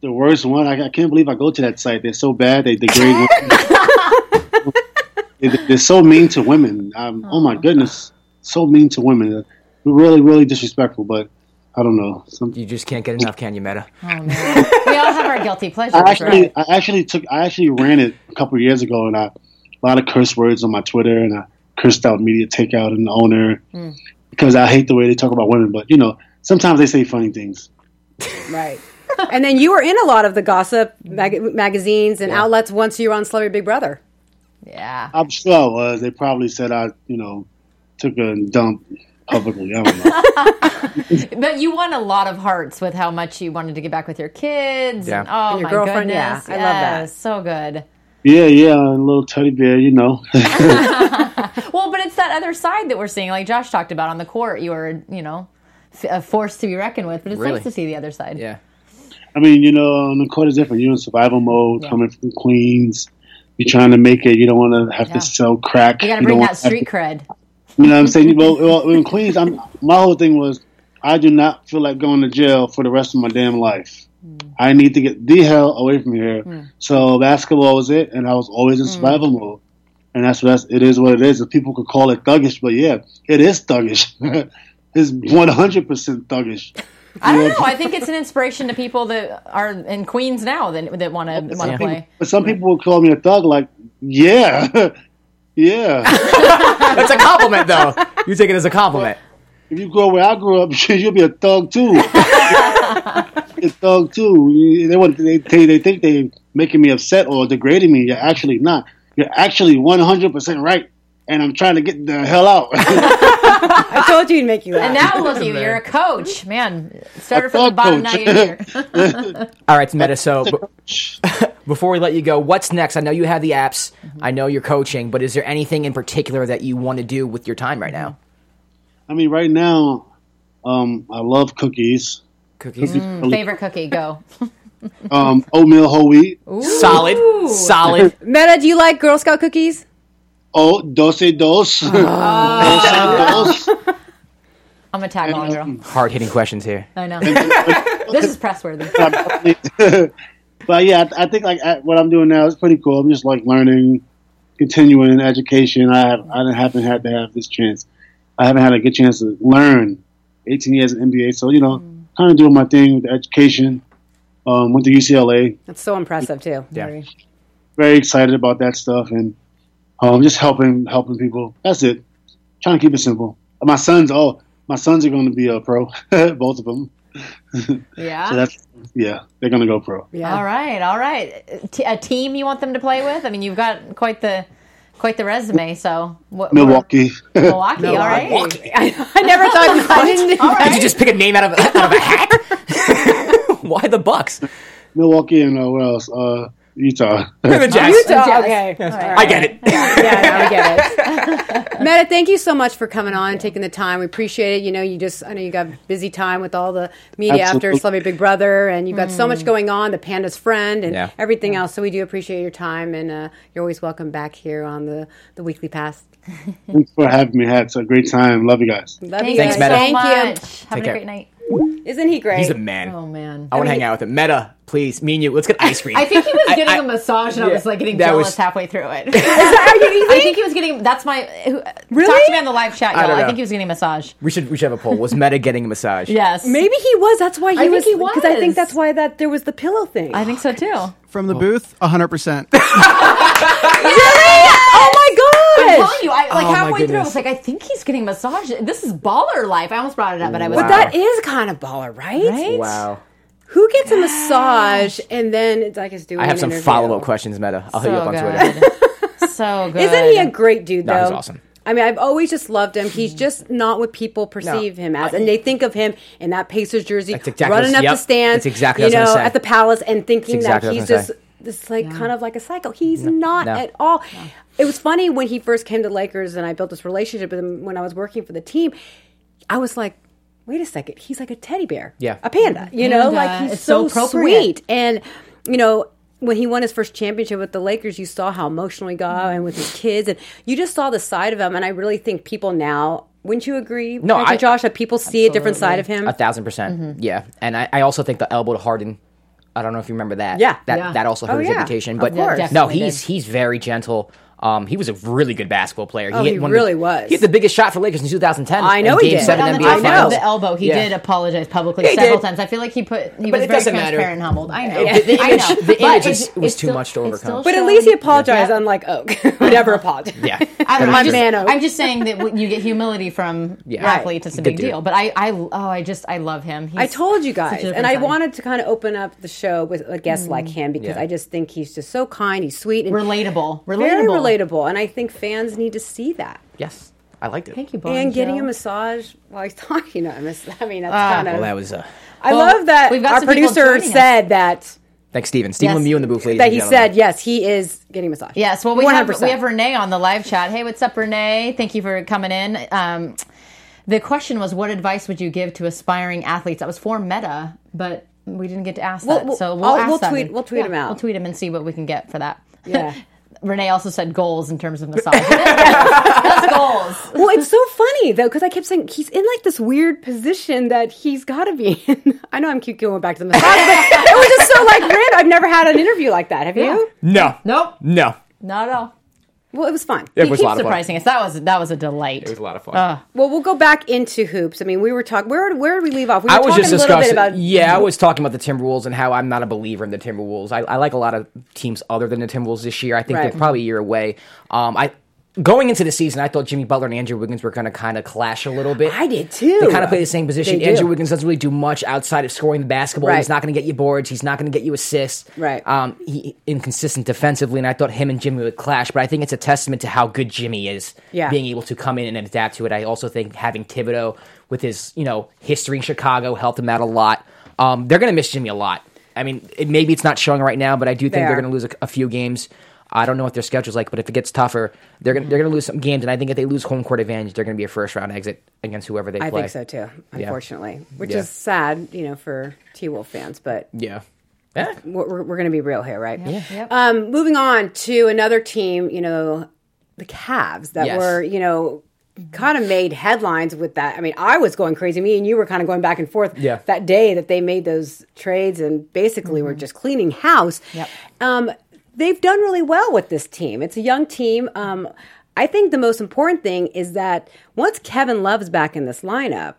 [SPEAKER 6] the worst one. I, I can't believe I go to that site. They're so bad. They degrade. women. They- They're so mean to women. Um, oh my goodness, so mean to women. Really, really disrespectful. But I don't know. Some,
[SPEAKER 3] You just can't get enough, can you, Meta?
[SPEAKER 4] We all have our guilty pleasures,
[SPEAKER 6] I
[SPEAKER 4] right?
[SPEAKER 6] actually, I actually took, I actually ran it a couple of years ago, and I a lot of curse words on my Twitter, and I cursed out media takeout and the owner because I hate the way they talk about women. But you know, sometimes they say funny things.
[SPEAKER 1] Right. and then you were in a lot of the gossip mag- magazines and outlets once you were on Celebrity Big Brother.
[SPEAKER 4] Yeah.
[SPEAKER 6] I'm sure I was. They probably said I, you know, took a dump publicly. I don't know.
[SPEAKER 4] But you won a lot of hearts with how much you wanted to get back with your kids.
[SPEAKER 3] Yeah.
[SPEAKER 4] And, oh
[SPEAKER 1] your
[SPEAKER 4] my
[SPEAKER 1] girlfriend,
[SPEAKER 4] goodness.
[SPEAKER 1] yeah. I love that.
[SPEAKER 4] Yes, So good.
[SPEAKER 6] Yeah, yeah, a little teddy bear, you know.
[SPEAKER 4] Well, but it's that other side that we're seeing, like Josh talked about on the court. You were, you know, f- a force to be reckoned with. But it's
[SPEAKER 3] Really?
[SPEAKER 4] nice to see the other side.
[SPEAKER 3] Yeah.
[SPEAKER 6] I mean, you know, on the court is different. You're in survival mode, coming from Queens. You're trying to make it. You don't want to have
[SPEAKER 4] Yeah.
[SPEAKER 6] to sell crack.
[SPEAKER 4] You got to
[SPEAKER 6] don't
[SPEAKER 4] bring
[SPEAKER 6] wanna
[SPEAKER 4] that street
[SPEAKER 6] have
[SPEAKER 4] cred.
[SPEAKER 6] to- you know what I'm saying? well, well, in Queens, I'm, my whole thing was I do not feel like going to jail for the rest of my damn life.
[SPEAKER 4] Mm.
[SPEAKER 6] I need to get the hell away from here. So basketball was it, and I was always
[SPEAKER 4] Mm.
[SPEAKER 6] in survival mode. And that's what that's, it is. What it is. People could call it thuggish, but yeah, it is thuggish. it's 100% thuggish.
[SPEAKER 4] I don't know. I think it's an inspiration to people that are in Queens now that that want to want to play.
[SPEAKER 6] But some people will call me a thug. Like, yeah, yeah.
[SPEAKER 3] That's a compliment, though. You take it as a compliment.
[SPEAKER 6] if you grow where I grew up, you'll be a thug too. You're a thug too. You- They want they they, they think they making me upset or degrading me. You're actually not. You're actually one hundred percent right. And I'm trying to get the hell out.
[SPEAKER 1] I told you he'd make you laugh.
[SPEAKER 4] And now look at you, you're a coach. Man, started
[SPEAKER 6] A
[SPEAKER 4] from the
[SPEAKER 6] thought
[SPEAKER 4] bottom,
[SPEAKER 6] coach.
[SPEAKER 4] now you're here.
[SPEAKER 3] All right, Meta. So b- before we let you go, what's next? I know you have the apps. I know you're coaching, but is there anything in particular that you want to do with your time right now?
[SPEAKER 6] I mean, right now, um, I love cookies.
[SPEAKER 3] Cookies,
[SPEAKER 4] Favorite cookie, go.
[SPEAKER 6] Um, oatmeal, whole wheat.
[SPEAKER 3] solid, solid.
[SPEAKER 1] Meta, do you like Girl Scout cookies?
[SPEAKER 6] Oh, doce dos. doce dos.
[SPEAKER 4] I'm a tag along girl.
[SPEAKER 3] Hard hitting questions here.
[SPEAKER 4] I know. this is press worthy.
[SPEAKER 6] But yeah, I, I think like I, what I'm doing now is pretty cool. I'm just like learning, continuing education. I have, I haven't had to have this chance. I haven't had a good chance to learn. 18 years in NBA, so you know, kind of doing my thing with education. Um, went to UCLA.
[SPEAKER 1] That's so impressive too.
[SPEAKER 3] Yeah.
[SPEAKER 6] Very excited about that stuff and um, just helping helping people. That's it. Trying to keep it simple. My sons, oh, my sons are going to be a pro, both of them. So
[SPEAKER 4] Yeah.
[SPEAKER 6] that's yeah, they're going to go pro.
[SPEAKER 1] Yeah.
[SPEAKER 4] All right, all right. T- a team you want them to play with? I mean, you've got quite the quite the resume. So what?
[SPEAKER 6] Milwaukee.
[SPEAKER 4] Milwaukee. All right.
[SPEAKER 1] I never thought you I didn't
[SPEAKER 3] Did you just pick a name out of out of a hat? Why the Bucks?
[SPEAKER 6] Milwaukee and uh, what else? Uh, Utah.
[SPEAKER 3] The Jazz.
[SPEAKER 1] Utah, okay.
[SPEAKER 3] I get it.
[SPEAKER 1] Yeah, I get it. Meta, thank you so much for coming on, taking the time. We appreciate it. You know, you just I know you got busy time with all the media after
[SPEAKER 6] Absolutely.
[SPEAKER 1] Celebrity Big Brother, and you've got so much going on, the Panda's friend, and
[SPEAKER 3] Mm. Yeah.
[SPEAKER 1] everything else. So we do appreciate your time, and uh, you're always welcome back here on the the Weekly Pass.
[SPEAKER 6] Thanks for having me. I had a great time. Love you guys.
[SPEAKER 1] Love
[SPEAKER 4] Thank
[SPEAKER 1] you.
[SPEAKER 4] you
[SPEAKER 3] Thanks,
[SPEAKER 1] guys.
[SPEAKER 4] so
[SPEAKER 3] Meta.
[SPEAKER 1] Thank
[SPEAKER 4] much.
[SPEAKER 1] you.
[SPEAKER 4] Having
[SPEAKER 3] care.
[SPEAKER 4] a great night.
[SPEAKER 1] Isn't he great?
[SPEAKER 3] He's a man.
[SPEAKER 4] Oh man.
[SPEAKER 3] I want to hang out with him. Meta, please, me and you. Let's get ice cream.
[SPEAKER 4] I think he was
[SPEAKER 3] I-
[SPEAKER 4] getting
[SPEAKER 3] I-
[SPEAKER 4] a massage, and I was like getting
[SPEAKER 3] That
[SPEAKER 4] jealous
[SPEAKER 3] was-
[SPEAKER 4] halfway through it. I think he was getting. That's my. Who, really? Talk to me on the live chat, y'all.
[SPEAKER 3] don't
[SPEAKER 4] I,
[SPEAKER 3] know.
[SPEAKER 4] think he was getting a massage.
[SPEAKER 3] we should we should have a poll. Was Meta getting a massage?
[SPEAKER 4] Yes.
[SPEAKER 1] Maybe he was. That's why he
[SPEAKER 4] think
[SPEAKER 1] was.
[SPEAKER 4] he
[SPEAKER 1] Because I think
[SPEAKER 4] was.
[SPEAKER 1] that's why that there was the pillow thing.
[SPEAKER 4] I think so too.
[SPEAKER 7] From the booth, 100%.
[SPEAKER 1] oh my
[SPEAKER 4] I'm
[SPEAKER 1] gosh!
[SPEAKER 4] telling you, I, like
[SPEAKER 3] Oh, my
[SPEAKER 4] halfway through, I
[SPEAKER 3] goodness.
[SPEAKER 4] was like, I think he's getting massage. This is baller life. I almost brought it up, but I was.
[SPEAKER 1] But
[SPEAKER 3] Wow.
[SPEAKER 1] that is kind of baller, right?
[SPEAKER 4] Right?
[SPEAKER 3] Wow.
[SPEAKER 1] Who gets a massage and then it's like it's doing?
[SPEAKER 3] I have some
[SPEAKER 1] an interview?
[SPEAKER 3] follow up questions, Meta. I'll hit you up on Twitter.
[SPEAKER 4] good. so good.
[SPEAKER 1] Isn't he a great dude though?
[SPEAKER 3] No, he's awesome. Mm-hmm.
[SPEAKER 1] I mean, I've always just loved him. He's just not what people perceive him as, and they think of him in that Pacers jersey,
[SPEAKER 3] That's exactly
[SPEAKER 1] running
[SPEAKER 3] what-
[SPEAKER 1] up
[SPEAKER 3] yep,
[SPEAKER 1] the stands,
[SPEAKER 3] that's exactly
[SPEAKER 1] you
[SPEAKER 3] what I was
[SPEAKER 1] know,
[SPEAKER 3] gonna say.
[SPEAKER 1] at the Palace, and thinking
[SPEAKER 3] That's exactly
[SPEAKER 1] that
[SPEAKER 3] what
[SPEAKER 1] he's
[SPEAKER 3] I was gonna
[SPEAKER 1] just this like kind of like a psycho. He's not
[SPEAKER 3] no.
[SPEAKER 1] at all. It was funny when he first came to Lakers, and I built this relationship with him when I was working for the team. I was like. Wait a second. He's like a teddy bear.
[SPEAKER 3] Yeah.
[SPEAKER 1] A panda. You know,
[SPEAKER 4] Panda.
[SPEAKER 1] like he's
[SPEAKER 4] It's so
[SPEAKER 1] so,
[SPEAKER 4] appropriate.
[SPEAKER 1] sweet. And you know, when he won his first championship with the Lakers, you saw how emotional he got and with his kids, and you just saw the side of him. And I really think people now, wouldn't you agree?
[SPEAKER 3] No,
[SPEAKER 1] Frank and
[SPEAKER 3] I-
[SPEAKER 1] Josh, that people see a different side of him.
[SPEAKER 3] A thousand percent. Yeah. And I, I also think the elbow to Harden. I don't know if you remember that.
[SPEAKER 1] Yeah.
[SPEAKER 3] That
[SPEAKER 1] Yeah.
[SPEAKER 3] that also hurt
[SPEAKER 1] Oh,
[SPEAKER 3] his
[SPEAKER 1] yeah.
[SPEAKER 3] reputation.
[SPEAKER 1] Of
[SPEAKER 3] But
[SPEAKER 1] course. Yeah,
[SPEAKER 3] no,
[SPEAKER 4] definitely
[SPEAKER 3] he's
[SPEAKER 4] did.
[SPEAKER 3] he's very gentle. Um, he was a really good basketball player. Oh,
[SPEAKER 1] he really was.
[SPEAKER 3] He hit the biggest shot for Lakers in 2010.
[SPEAKER 1] I know
[SPEAKER 3] in
[SPEAKER 1] he
[SPEAKER 3] game
[SPEAKER 1] did.
[SPEAKER 3] Seven
[SPEAKER 1] But
[SPEAKER 4] on the
[SPEAKER 3] NBA
[SPEAKER 4] top
[SPEAKER 1] I
[SPEAKER 4] of
[SPEAKER 1] know.
[SPEAKER 3] Finals.
[SPEAKER 4] the elbow, he
[SPEAKER 3] Yeah.
[SPEAKER 4] did apologize publicly
[SPEAKER 3] Yeah, he
[SPEAKER 4] several
[SPEAKER 3] did.
[SPEAKER 4] times. I feel like he put he
[SPEAKER 3] But
[SPEAKER 4] was
[SPEAKER 3] it
[SPEAKER 4] very
[SPEAKER 3] doesn't matter.
[SPEAKER 4] transparent and humbled. I know.
[SPEAKER 3] Yeah. The
[SPEAKER 4] I
[SPEAKER 3] image-
[SPEAKER 4] know.
[SPEAKER 3] the
[SPEAKER 4] But
[SPEAKER 3] image
[SPEAKER 4] it's-
[SPEAKER 3] is- was
[SPEAKER 4] it's
[SPEAKER 3] too much to
[SPEAKER 4] it's
[SPEAKER 3] overcome.
[SPEAKER 4] still
[SPEAKER 1] but at least he
[SPEAKER 4] showing-
[SPEAKER 1] apologized,
[SPEAKER 4] Yeah.
[SPEAKER 1] unlike Oak, who never apologized.
[SPEAKER 3] Yeah.
[SPEAKER 4] I don't know,
[SPEAKER 1] My
[SPEAKER 4] I'm, just,
[SPEAKER 1] man Oak.
[SPEAKER 4] I'm just saying that when you get humility from
[SPEAKER 3] Yeah.
[SPEAKER 4] athletes. It's a
[SPEAKER 3] Good
[SPEAKER 4] big
[SPEAKER 3] dude.
[SPEAKER 4] deal. But I, I, oh, I just, I love him. He's
[SPEAKER 1] I told you
[SPEAKER 4] such a
[SPEAKER 1] guys,
[SPEAKER 4] different
[SPEAKER 1] and I
[SPEAKER 4] side.
[SPEAKER 1] wanted to kind of open up the show with a guest like him because
[SPEAKER 3] Mm. Yeah.
[SPEAKER 1] I just think he's just so kind, he's sweet, and
[SPEAKER 4] relatable, relatable,
[SPEAKER 1] very relatable, and I think fans need to see that.
[SPEAKER 3] Yes. I liked it.
[SPEAKER 4] Thank you, Bonjour.
[SPEAKER 1] And getting a massage while he's talking to him, is- I mean, that's kind of.
[SPEAKER 3] Well, that was uh,
[SPEAKER 1] I
[SPEAKER 4] Well,
[SPEAKER 1] love that
[SPEAKER 4] we've got
[SPEAKER 1] our
[SPEAKER 4] some people
[SPEAKER 1] producer
[SPEAKER 4] joining us.
[SPEAKER 1] said that
[SPEAKER 3] thanks, Steven. Steven
[SPEAKER 4] Yes.
[SPEAKER 3] Lemieux in the booth, ladies
[SPEAKER 1] that
[SPEAKER 3] and
[SPEAKER 1] he
[SPEAKER 3] gentlemen.
[SPEAKER 1] said yes, he is getting a massage.
[SPEAKER 4] Yes, well, we have
[SPEAKER 1] 100%.
[SPEAKER 4] we have Renee on the live chat. Hey, what's up, Renee? Thank you for coming in. Um, the question was, what advice would you give to aspiring athletes? That was for Meta, but we didn't get to ask
[SPEAKER 1] We'll-
[SPEAKER 4] that, so
[SPEAKER 1] we'll-
[SPEAKER 4] we'll
[SPEAKER 1] I'll-
[SPEAKER 4] ask
[SPEAKER 1] we'll
[SPEAKER 4] that
[SPEAKER 1] tweet-
[SPEAKER 4] and-
[SPEAKER 1] we'll tweet
[SPEAKER 4] yeah,
[SPEAKER 1] him out.
[SPEAKER 4] We'll tweet him and see what we can get for that.
[SPEAKER 1] Yeah.
[SPEAKER 4] Renee also said goals in terms of massage. That's goals.
[SPEAKER 1] Well, it's so funny though because I kept saying he's in like this weird position that he's got to be in. I know I'm keep going back to the massage, but it was just so like random. I've never had an interview like that. Have you?
[SPEAKER 3] No.
[SPEAKER 4] Nope,
[SPEAKER 3] No.
[SPEAKER 4] not at all.
[SPEAKER 1] Well, it was fun.
[SPEAKER 3] It
[SPEAKER 4] He
[SPEAKER 3] was a
[SPEAKER 4] keeps
[SPEAKER 3] lot of fun. Uh,
[SPEAKER 4] surprising us. That was that was a delight.
[SPEAKER 3] It was a lot of fun.
[SPEAKER 1] Well, we'll go back into hoops. I mean, we were talking. Where where did we leave off? We were
[SPEAKER 3] I was
[SPEAKER 1] talking
[SPEAKER 3] just
[SPEAKER 1] a little bit
[SPEAKER 3] discussing.
[SPEAKER 1] about
[SPEAKER 3] yeah, I was talking about the Timberwolves and how I'm not a believer in the Timberwolves. I, I like a lot of teams other than the Timberwolves this year. I think
[SPEAKER 1] Right.
[SPEAKER 3] they're probably a year away. Um, I going into the season, I thought Jimmy Butler and Andrew Wiggins were going to kind of clash a little bit.
[SPEAKER 1] I did too.
[SPEAKER 3] They kind of play the same position.
[SPEAKER 1] They do.
[SPEAKER 3] Andrew Wiggins doesn't really do much outside of scoring the basketball.
[SPEAKER 1] Right.
[SPEAKER 3] He's not going to get you boards. He's not going to get you assists.
[SPEAKER 1] Right.
[SPEAKER 3] Um, he inconsistent defensively, and I thought him and Jimmy would clash. But I think it's a testament to how good Jimmy is,
[SPEAKER 1] Yeah.
[SPEAKER 3] being able to come in and adapt to it. I also think having Thibodeau with his you know history in Chicago helped him out a lot. Um, they're going to miss Jimmy a lot. I mean, it, maybe it's not showing right now, but I do think
[SPEAKER 1] They
[SPEAKER 3] they are
[SPEAKER 1] are.
[SPEAKER 3] going to lose a, a few games. I don't know what their schedule's like, but if it gets tougher, they're gonna they're gonna lose some games, and I think if they lose home court advantage, they're gonna be a first round exit against whoever they
[SPEAKER 1] I
[SPEAKER 3] play.
[SPEAKER 1] think so too,
[SPEAKER 3] Yeah.
[SPEAKER 1] unfortunately, which
[SPEAKER 3] Yeah.
[SPEAKER 1] is sad, you know, for T Wolf fans. But
[SPEAKER 3] Yeah. Yeah.
[SPEAKER 1] we're, we're, we're going to be real here, right? Yeah.
[SPEAKER 4] Yep.
[SPEAKER 1] Um, moving on to another team, you know, the Cavs that
[SPEAKER 3] Yes.
[SPEAKER 1] were, you know, kind of made headlines with that. I mean, I was going crazy. Me and you were kind of going back and forth
[SPEAKER 3] Yeah.
[SPEAKER 1] that day that they made those trades and basically were just cleaning house.
[SPEAKER 4] Mm-hmm. Yep.
[SPEAKER 1] Um, they've done really well with this team. It's a young team. Um, I think the most important thing is that once Kevin Love's back in this lineup,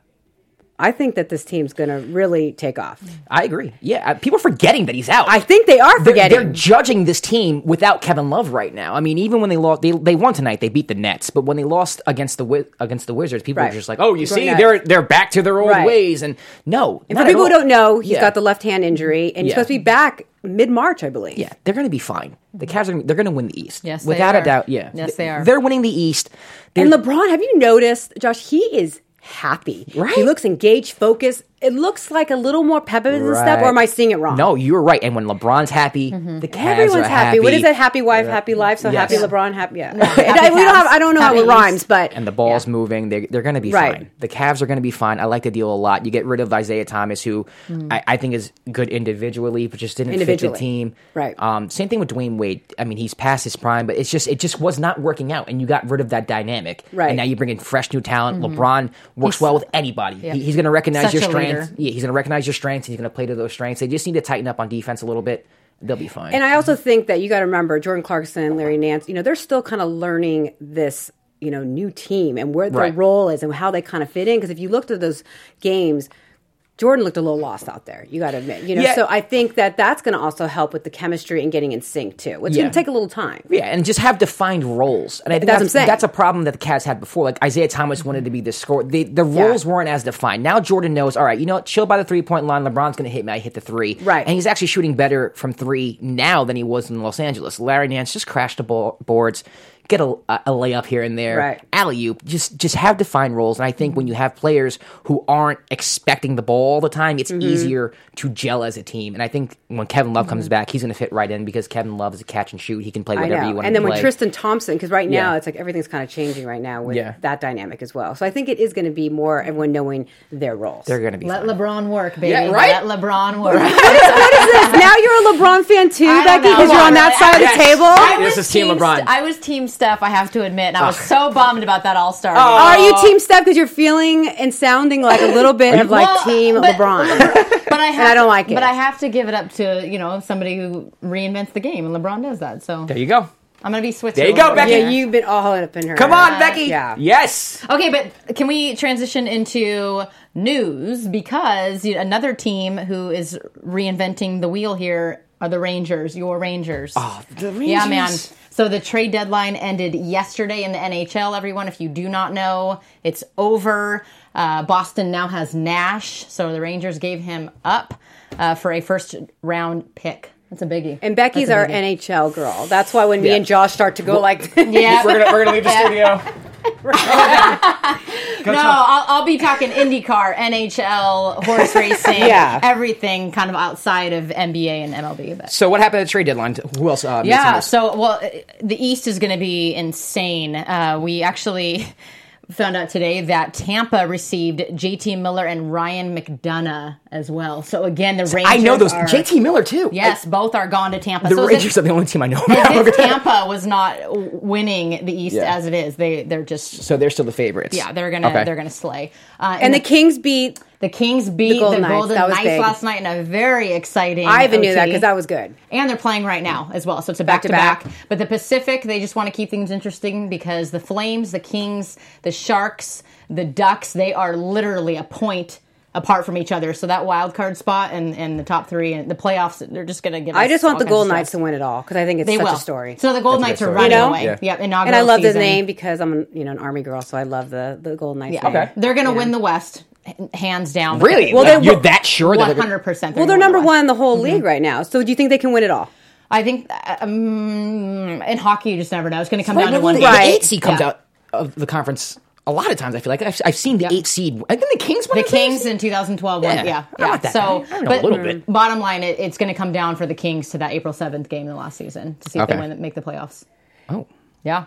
[SPEAKER 1] I think that this team's going to really take off.
[SPEAKER 4] Mm-hmm.
[SPEAKER 3] I agree. Yeah, I- people are forgetting that he's out.
[SPEAKER 1] I think they are
[SPEAKER 3] they're,
[SPEAKER 1] forgetting.
[SPEAKER 3] they're judging this team without Kevin Love right now. I mean, even when they lost, they, they won tonight. They beat the Nets, but when they lost against the Wiz- against the Wizards, people
[SPEAKER 1] Right.
[SPEAKER 3] were just like, "Oh,
[SPEAKER 1] Going
[SPEAKER 3] you see,
[SPEAKER 1] nuts.
[SPEAKER 3] they're they're back to their old
[SPEAKER 1] Right.
[SPEAKER 3] ways." And no,
[SPEAKER 1] And
[SPEAKER 3] not
[SPEAKER 1] for
[SPEAKER 3] at
[SPEAKER 1] people who
[SPEAKER 3] all.
[SPEAKER 1] don't know, he's
[SPEAKER 3] Yeah.
[SPEAKER 1] got the left hand injury, and he's
[SPEAKER 3] Yeah.
[SPEAKER 1] supposed to be back mid March, I believe.
[SPEAKER 3] Yeah, they're going to be fine. The
[SPEAKER 1] Mm-hmm.
[SPEAKER 3] Cavs are gonna- they're going to win the East.
[SPEAKER 4] Yes, they
[SPEAKER 3] without
[SPEAKER 4] are.
[SPEAKER 3] a doubt. Yeah,
[SPEAKER 4] Yes, they are.
[SPEAKER 3] They're winning the East.
[SPEAKER 1] And LeBron, have you noticed, Josh? He is happy.
[SPEAKER 3] Right.
[SPEAKER 1] He looks engaged, focused. It looks like a little more pep in his step. Or am I seeing it wrong?
[SPEAKER 3] No, you're right. And when LeBron's happy, the Cavs are
[SPEAKER 1] Mm-hmm. Everyone's happy.
[SPEAKER 3] happy. Uh,
[SPEAKER 1] What is that? Happy wife, happy life. So
[SPEAKER 3] Yes.
[SPEAKER 1] happy LeBron, happy. Yeah.
[SPEAKER 4] happy
[SPEAKER 1] I, we don't
[SPEAKER 4] Cavs,
[SPEAKER 1] have. I don't know how
[SPEAKER 4] happy
[SPEAKER 1] it
[SPEAKER 4] East.
[SPEAKER 1] rhymes, but
[SPEAKER 3] and the ball's moving. They're, they're going to be
[SPEAKER 1] Right.
[SPEAKER 3] fine. The Cavs are going to be fine. I like the deal a lot. You get rid of Isaiah Thomas, who I, I think is good individually, but just didn't fit the
[SPEAKER 1] Mm. Individually.
[SPEAKER 3] team.
[SPEAKER 1] Right.
[SPEAKER 3] Um, same thing with Dwayne Wade. I mean, he's past his prime, but it's just it just was not working out, and you got rid of that dynamic.
[SPEAKER 1] Right. Mm-hmm.
[SPEAKER 3] And now you bring in fresh new talent. LeBron works well with anybody. He- he's going to recognize
[SPEAKER 4] Such
[SPEAKER 3] your
[SPEAKER 4] a leader.
[SPEAKER 3] strengths. Yeah, he's going to recognize your strengths. He's going to play to those strengths. They just need to tighten up on defense a little bit. They'll be fine.
[SPEAKER 1] And I also think that you got to remember Jordan Clarkson, Larry Nance, you know, they're still kind of learning this, you know, new team and where their
[SPEAKER 3] Right.
[SPEAKER 1] role is and how they kind of fit in. Because if you looked at those games, Jordan looked a little lost out there. You got to admit, you know.
[SPEAKER 3] Yeah.
[SPEAKER 1] So I think that that's going to also help with the chemistry and getting in sync too. It's
[SPEAKER 3] Yeah.
[SPEAKER 1] going to take a little time.
[SPEAKER 3] Yeah, and just have defined roles. And I think
[SPEAKER 1] That's
[SPEAKER 3] that's,
[SPEAKER 1] what I'm saying.
[SPEAKER 3] that's a problem that the Cavs had before. Like Isaiah Thomas wanted to be the scorer. The, the roles weren't as defined. Now Jordan knows, all right, you know what, chill by the three point line. LeBron's going to hit me. I hit the three.
[SPEAKER 1] Right.
[SPEAKER 3] And he's actually shooting better from three now than he was in Los Angeles. Larry Nance just crashed the ball, boards, get a, a layup here and there.
[SPEAKER 1] Right.
[SPEAKER 3] Alley oop. Just, just have defined roles. And I think when you have players who aren't expecting the ball all the time, it's
[SPEAKER 1] Mm-hmm.
[SPEAKER 3] easier to gel as a team. And I think when Kevin Love comes back, he's going to fit right in because Kevin Love is a catch and shoot. He can play
[SPEAKER 1] I
[SPEAKER 3] whatever you
[SPEAKER 1] know.
[SPEAKER 3] want
[SPEAKER 1] And then
[SPEAKER 3] to play.
[SPEAKER 1] when Tristan Thompson, because right now
[SPEAKER 3] Yeah.
[SPEAKER 1] it's like everything's kind of changing right now with
[SPEAKER 3] Yeah.
[SPEAKER 1] that dynamic as well. So I think it is going to be more everyone knowing their roles.
[SPEAKER 3] They're going to be
[SPEAKER 4] Let
[SPEAKER 3] fine.
[SPEAKER 4] LeBron work, baby.
[SPEAKER 3] Yeah, right?
[SPEAKER 4] Let LeBron work.
[SPEAKER 1] now you're a LeBron fan too,
[SPEAKER 4] I don't
[SPEAKER 1] Becky,
[SPEAKER 4] know.
[SPEAKER 1] because you're on that
[SPEAKER 4] Yes.
[SPEAKER 1] side of the
[SPEAKER 3] Yes.
[SPEAKER 1] table.
[SPEAKER 4] I
[SPEAKER 3] This
[SPEAKER 4] was
[SPEAKER 3] is Team LeBron.
[SPEAKER 4] St- I was Team Steph, I have to admit, and I was so bummed about that All Star.
[SPEAKER 3] Oh,
[SPEAKER 1] Are
[SPEAKER 4] Uh,
[SPEAKER 1] you Team Steph? Because you're feeling and sounding like a little bit of like Team LeBron.
[SPEAKER 4] But I, have
[SPEAKER 1] I don't
[SPEAKER 4] to-
[SPEAKER 1] like it.
[SPEAKER 4] But I have to give it up to you know somebody who reinvents the game, and LeBron does that. So
[SPEAKER 3] There you go.
[SPEAKER 4] I'm gonna be switching.
[SPEAKER 3] There you go,
[SPEAKER 4] over
[SPEAKER 3] Becky.
[SPEAKER 1] yeah,
[SPEAKER 4] here.
[SPEAKER 1] you've been all up in her.
[SPEAKER 3] Come on, Becky.
[SPEAKER 1] yeah.
[SPEAKER 3] Yes.
[SPEAKER 4] Okay, but can we transition into news because you- another team who is reinventing the wheel here are the Rangers, your Rangers.
[SPEAKER 3] Ah,
[SPEAKER 4] Oh,
[SPEAKER 3] the
[SPEAKER 4] Yeah, man.
[SPEAKER 3] Rangers.
[SPEAKER 4] So the trade deadline ended yesterday in the NHL. Everyone, if you do not know, it's over. Uh, Boston now has Nash, so the Rangers gave him up uh, for a first round pick. That's a biggie.
[SPEAKER 1] And Becky's our NHL girl. That's why when me
[SPEAKER 3] Yeah.
[SPEAKER 1] and Josh start to go like,
[SPEAKER 4] yeah,
[SPEAKER 3] We're going we're gonna leave the studio.
[SPEAKER 4] No, I'll, I'll be talking IndyCar, NHL, horse racing,
[SPEAKER 1] Yeah.
[SPEAKER 4] everything kind of outside of NBA and MLB. But
[SPEAKER 3] So, what happened at the trade deadline? Who else? Uh, made some
[SPEAKER 4] yeah,
[SPEAKER 3] moves?
[SPEAKER 4] so well, uh, the East is going to be insane. Uh, we actually found out today that Tampa received JT Miller and Ryan McDonough as well. So again, the Rangers.
[SPEAKER 3] I know those.
[SPEAKER 4] are-
[SPEAKER 3] JT Miller, too.
[SPEAKER 4] Yes, both are gone to Tampa.
[SPEAKER 3] The
[SPEAKER 4] so is it-
[SPEAKER 3] Rangers are the only team I know
[SPEAKER 4] as
[SPEAKER 3] about.
[SPEAKER 4] if Tampa was not w- winning the East
[SPEAKER 3] Yeah.
[SPEAKER 4] as it is. They they're just
[SPEAKER 3] So, they're still the favorites.
[SPEAKER 4] yeah they're gonna
[SPEAKER 3] Okay.
[SPEAKER 4] they're gonna slay. Uh,
[SPEAKER 1] and the
[SPEAKER 4] in
[SPEAKER 1] Kings beat.
[SPEAKER 4] The Kings beat the
[SPEAKER 1] Golden Knights.
[SPEAKER 4] Golden,
[SPEAKER 1] That was
[SPEAKER 4] Knights
[SPEAKER 1] big.
[SPEAKER 4] last night in a very exciting.
[SPEAKER 1] I even knew that
[SPEAKER 4] OT.
[SPEAKER 1] because that was good.
[SPEAKER 4] And they're playing right now as well, so it's a back to
[SPEAKER 1] Back-to-back.
[SPEAKER 4] back. But the Pacific, they just want to keep things interesting because the Flames, the Kings, the Sharks, the Ducks, they are literally a point apart from each other. So that wild card spot and, and the top three and the playoffs, they're just going to give.
[SPEAKER 1] I
[SPEAKER 4] us
[SPEAKER 1] just want
[SPEAKER 4] all
[SPEAKER 1] the
[SPEAKER 4] kinds of
[SPEAKER 1] Gold
[SPEAKER 4] stuff.
[SPEAKER 1] Knights to win it all because I think it's
[SPEAKER 4] They
[SPEAKER 1] such
[SPEAKER 4] will.
[SPEAKER 1] a story.
[SPEAKER 4] So the Gold
[SPEAKER 3] That's
[SPEAKER 4] Knights
[SPEAKER 3] a
[SPEAKER 4] are
[SPEAKER 3] good story.
[SPEAKER 4] running
[SPEAKER 1] You know?
[SPEAKER 4] away.
[SPEAKER 3] Yeah.
[SPEAKER 4] Yep, inaugural
[SPEAKER 1] and I love
[SPEAKER 4] season.
[SPEAKER 1] the name because I'm an, you know an army girl, so I love the the Gold Knights.
[SPEAKER 4] Yeah.
[SPEAKER 1] name.
[SPEAKER 3] Okay.
[SPEAKER 4] They're going to win the West, h- hands down.
[SPEAKER 3] Really?
[SPEAKER 1] Well,
[SPEAKER 3] Well,
[SPEAKER 1] they-
[SPEAKER 3] you're that sure? that
[SPEAKER 4] One
[SPEAKER 3] they're gonna-
[SPEAKER 4] hundred percent.
[SPEAKER 1] Well, they're number one in the
[SPEAKER 4] Mm-hmm.
[SPEAKER 1] whole league right now. So do you think they can win it all?
[SPEAKER 4] I think uh, um, in hockey, you just never know. It's going to come down to
[SPEAKER 3] Right,
[SPEAKER 4] one.
[SPEAKER 3] the
[SPEAKER 1] Right.
[SPEAKER 3] eight seed comes
[SPEAKER 4] Yeah.
[SPEAKER 3] out of the conference a lot of times. I feel like I've, I've seen the eight seed. I think the Kings. won
[SPEAKER 4] The
[SPEAKER 3] it last
[SPEAKER 4] Kings
[SPEAKER 3] year?
[SPEAKER 4] in 2012. Yeah,
[SPEAKER 3] Yeah.
[SPEAKER 4] yeah.
[SPEAKER 3] I
[SPEAKER 4] yeah.
[SPEAKER 3] like that.
[SPEAKER 4] So,
[SPEAKER 3] I know a
[SPEAKER 4] but
[SPEAKER 3] little bit.
[SPEAKER 4] bottom line, it, it's going to come down for the Kings to that April 7th game in the last season to see if they
[SPEAKER 3] Okay.
[SPEAKER 4] win, make the playoffs.
[SPEAKER 3] Oh,
[SPEAKER 4] Yeah,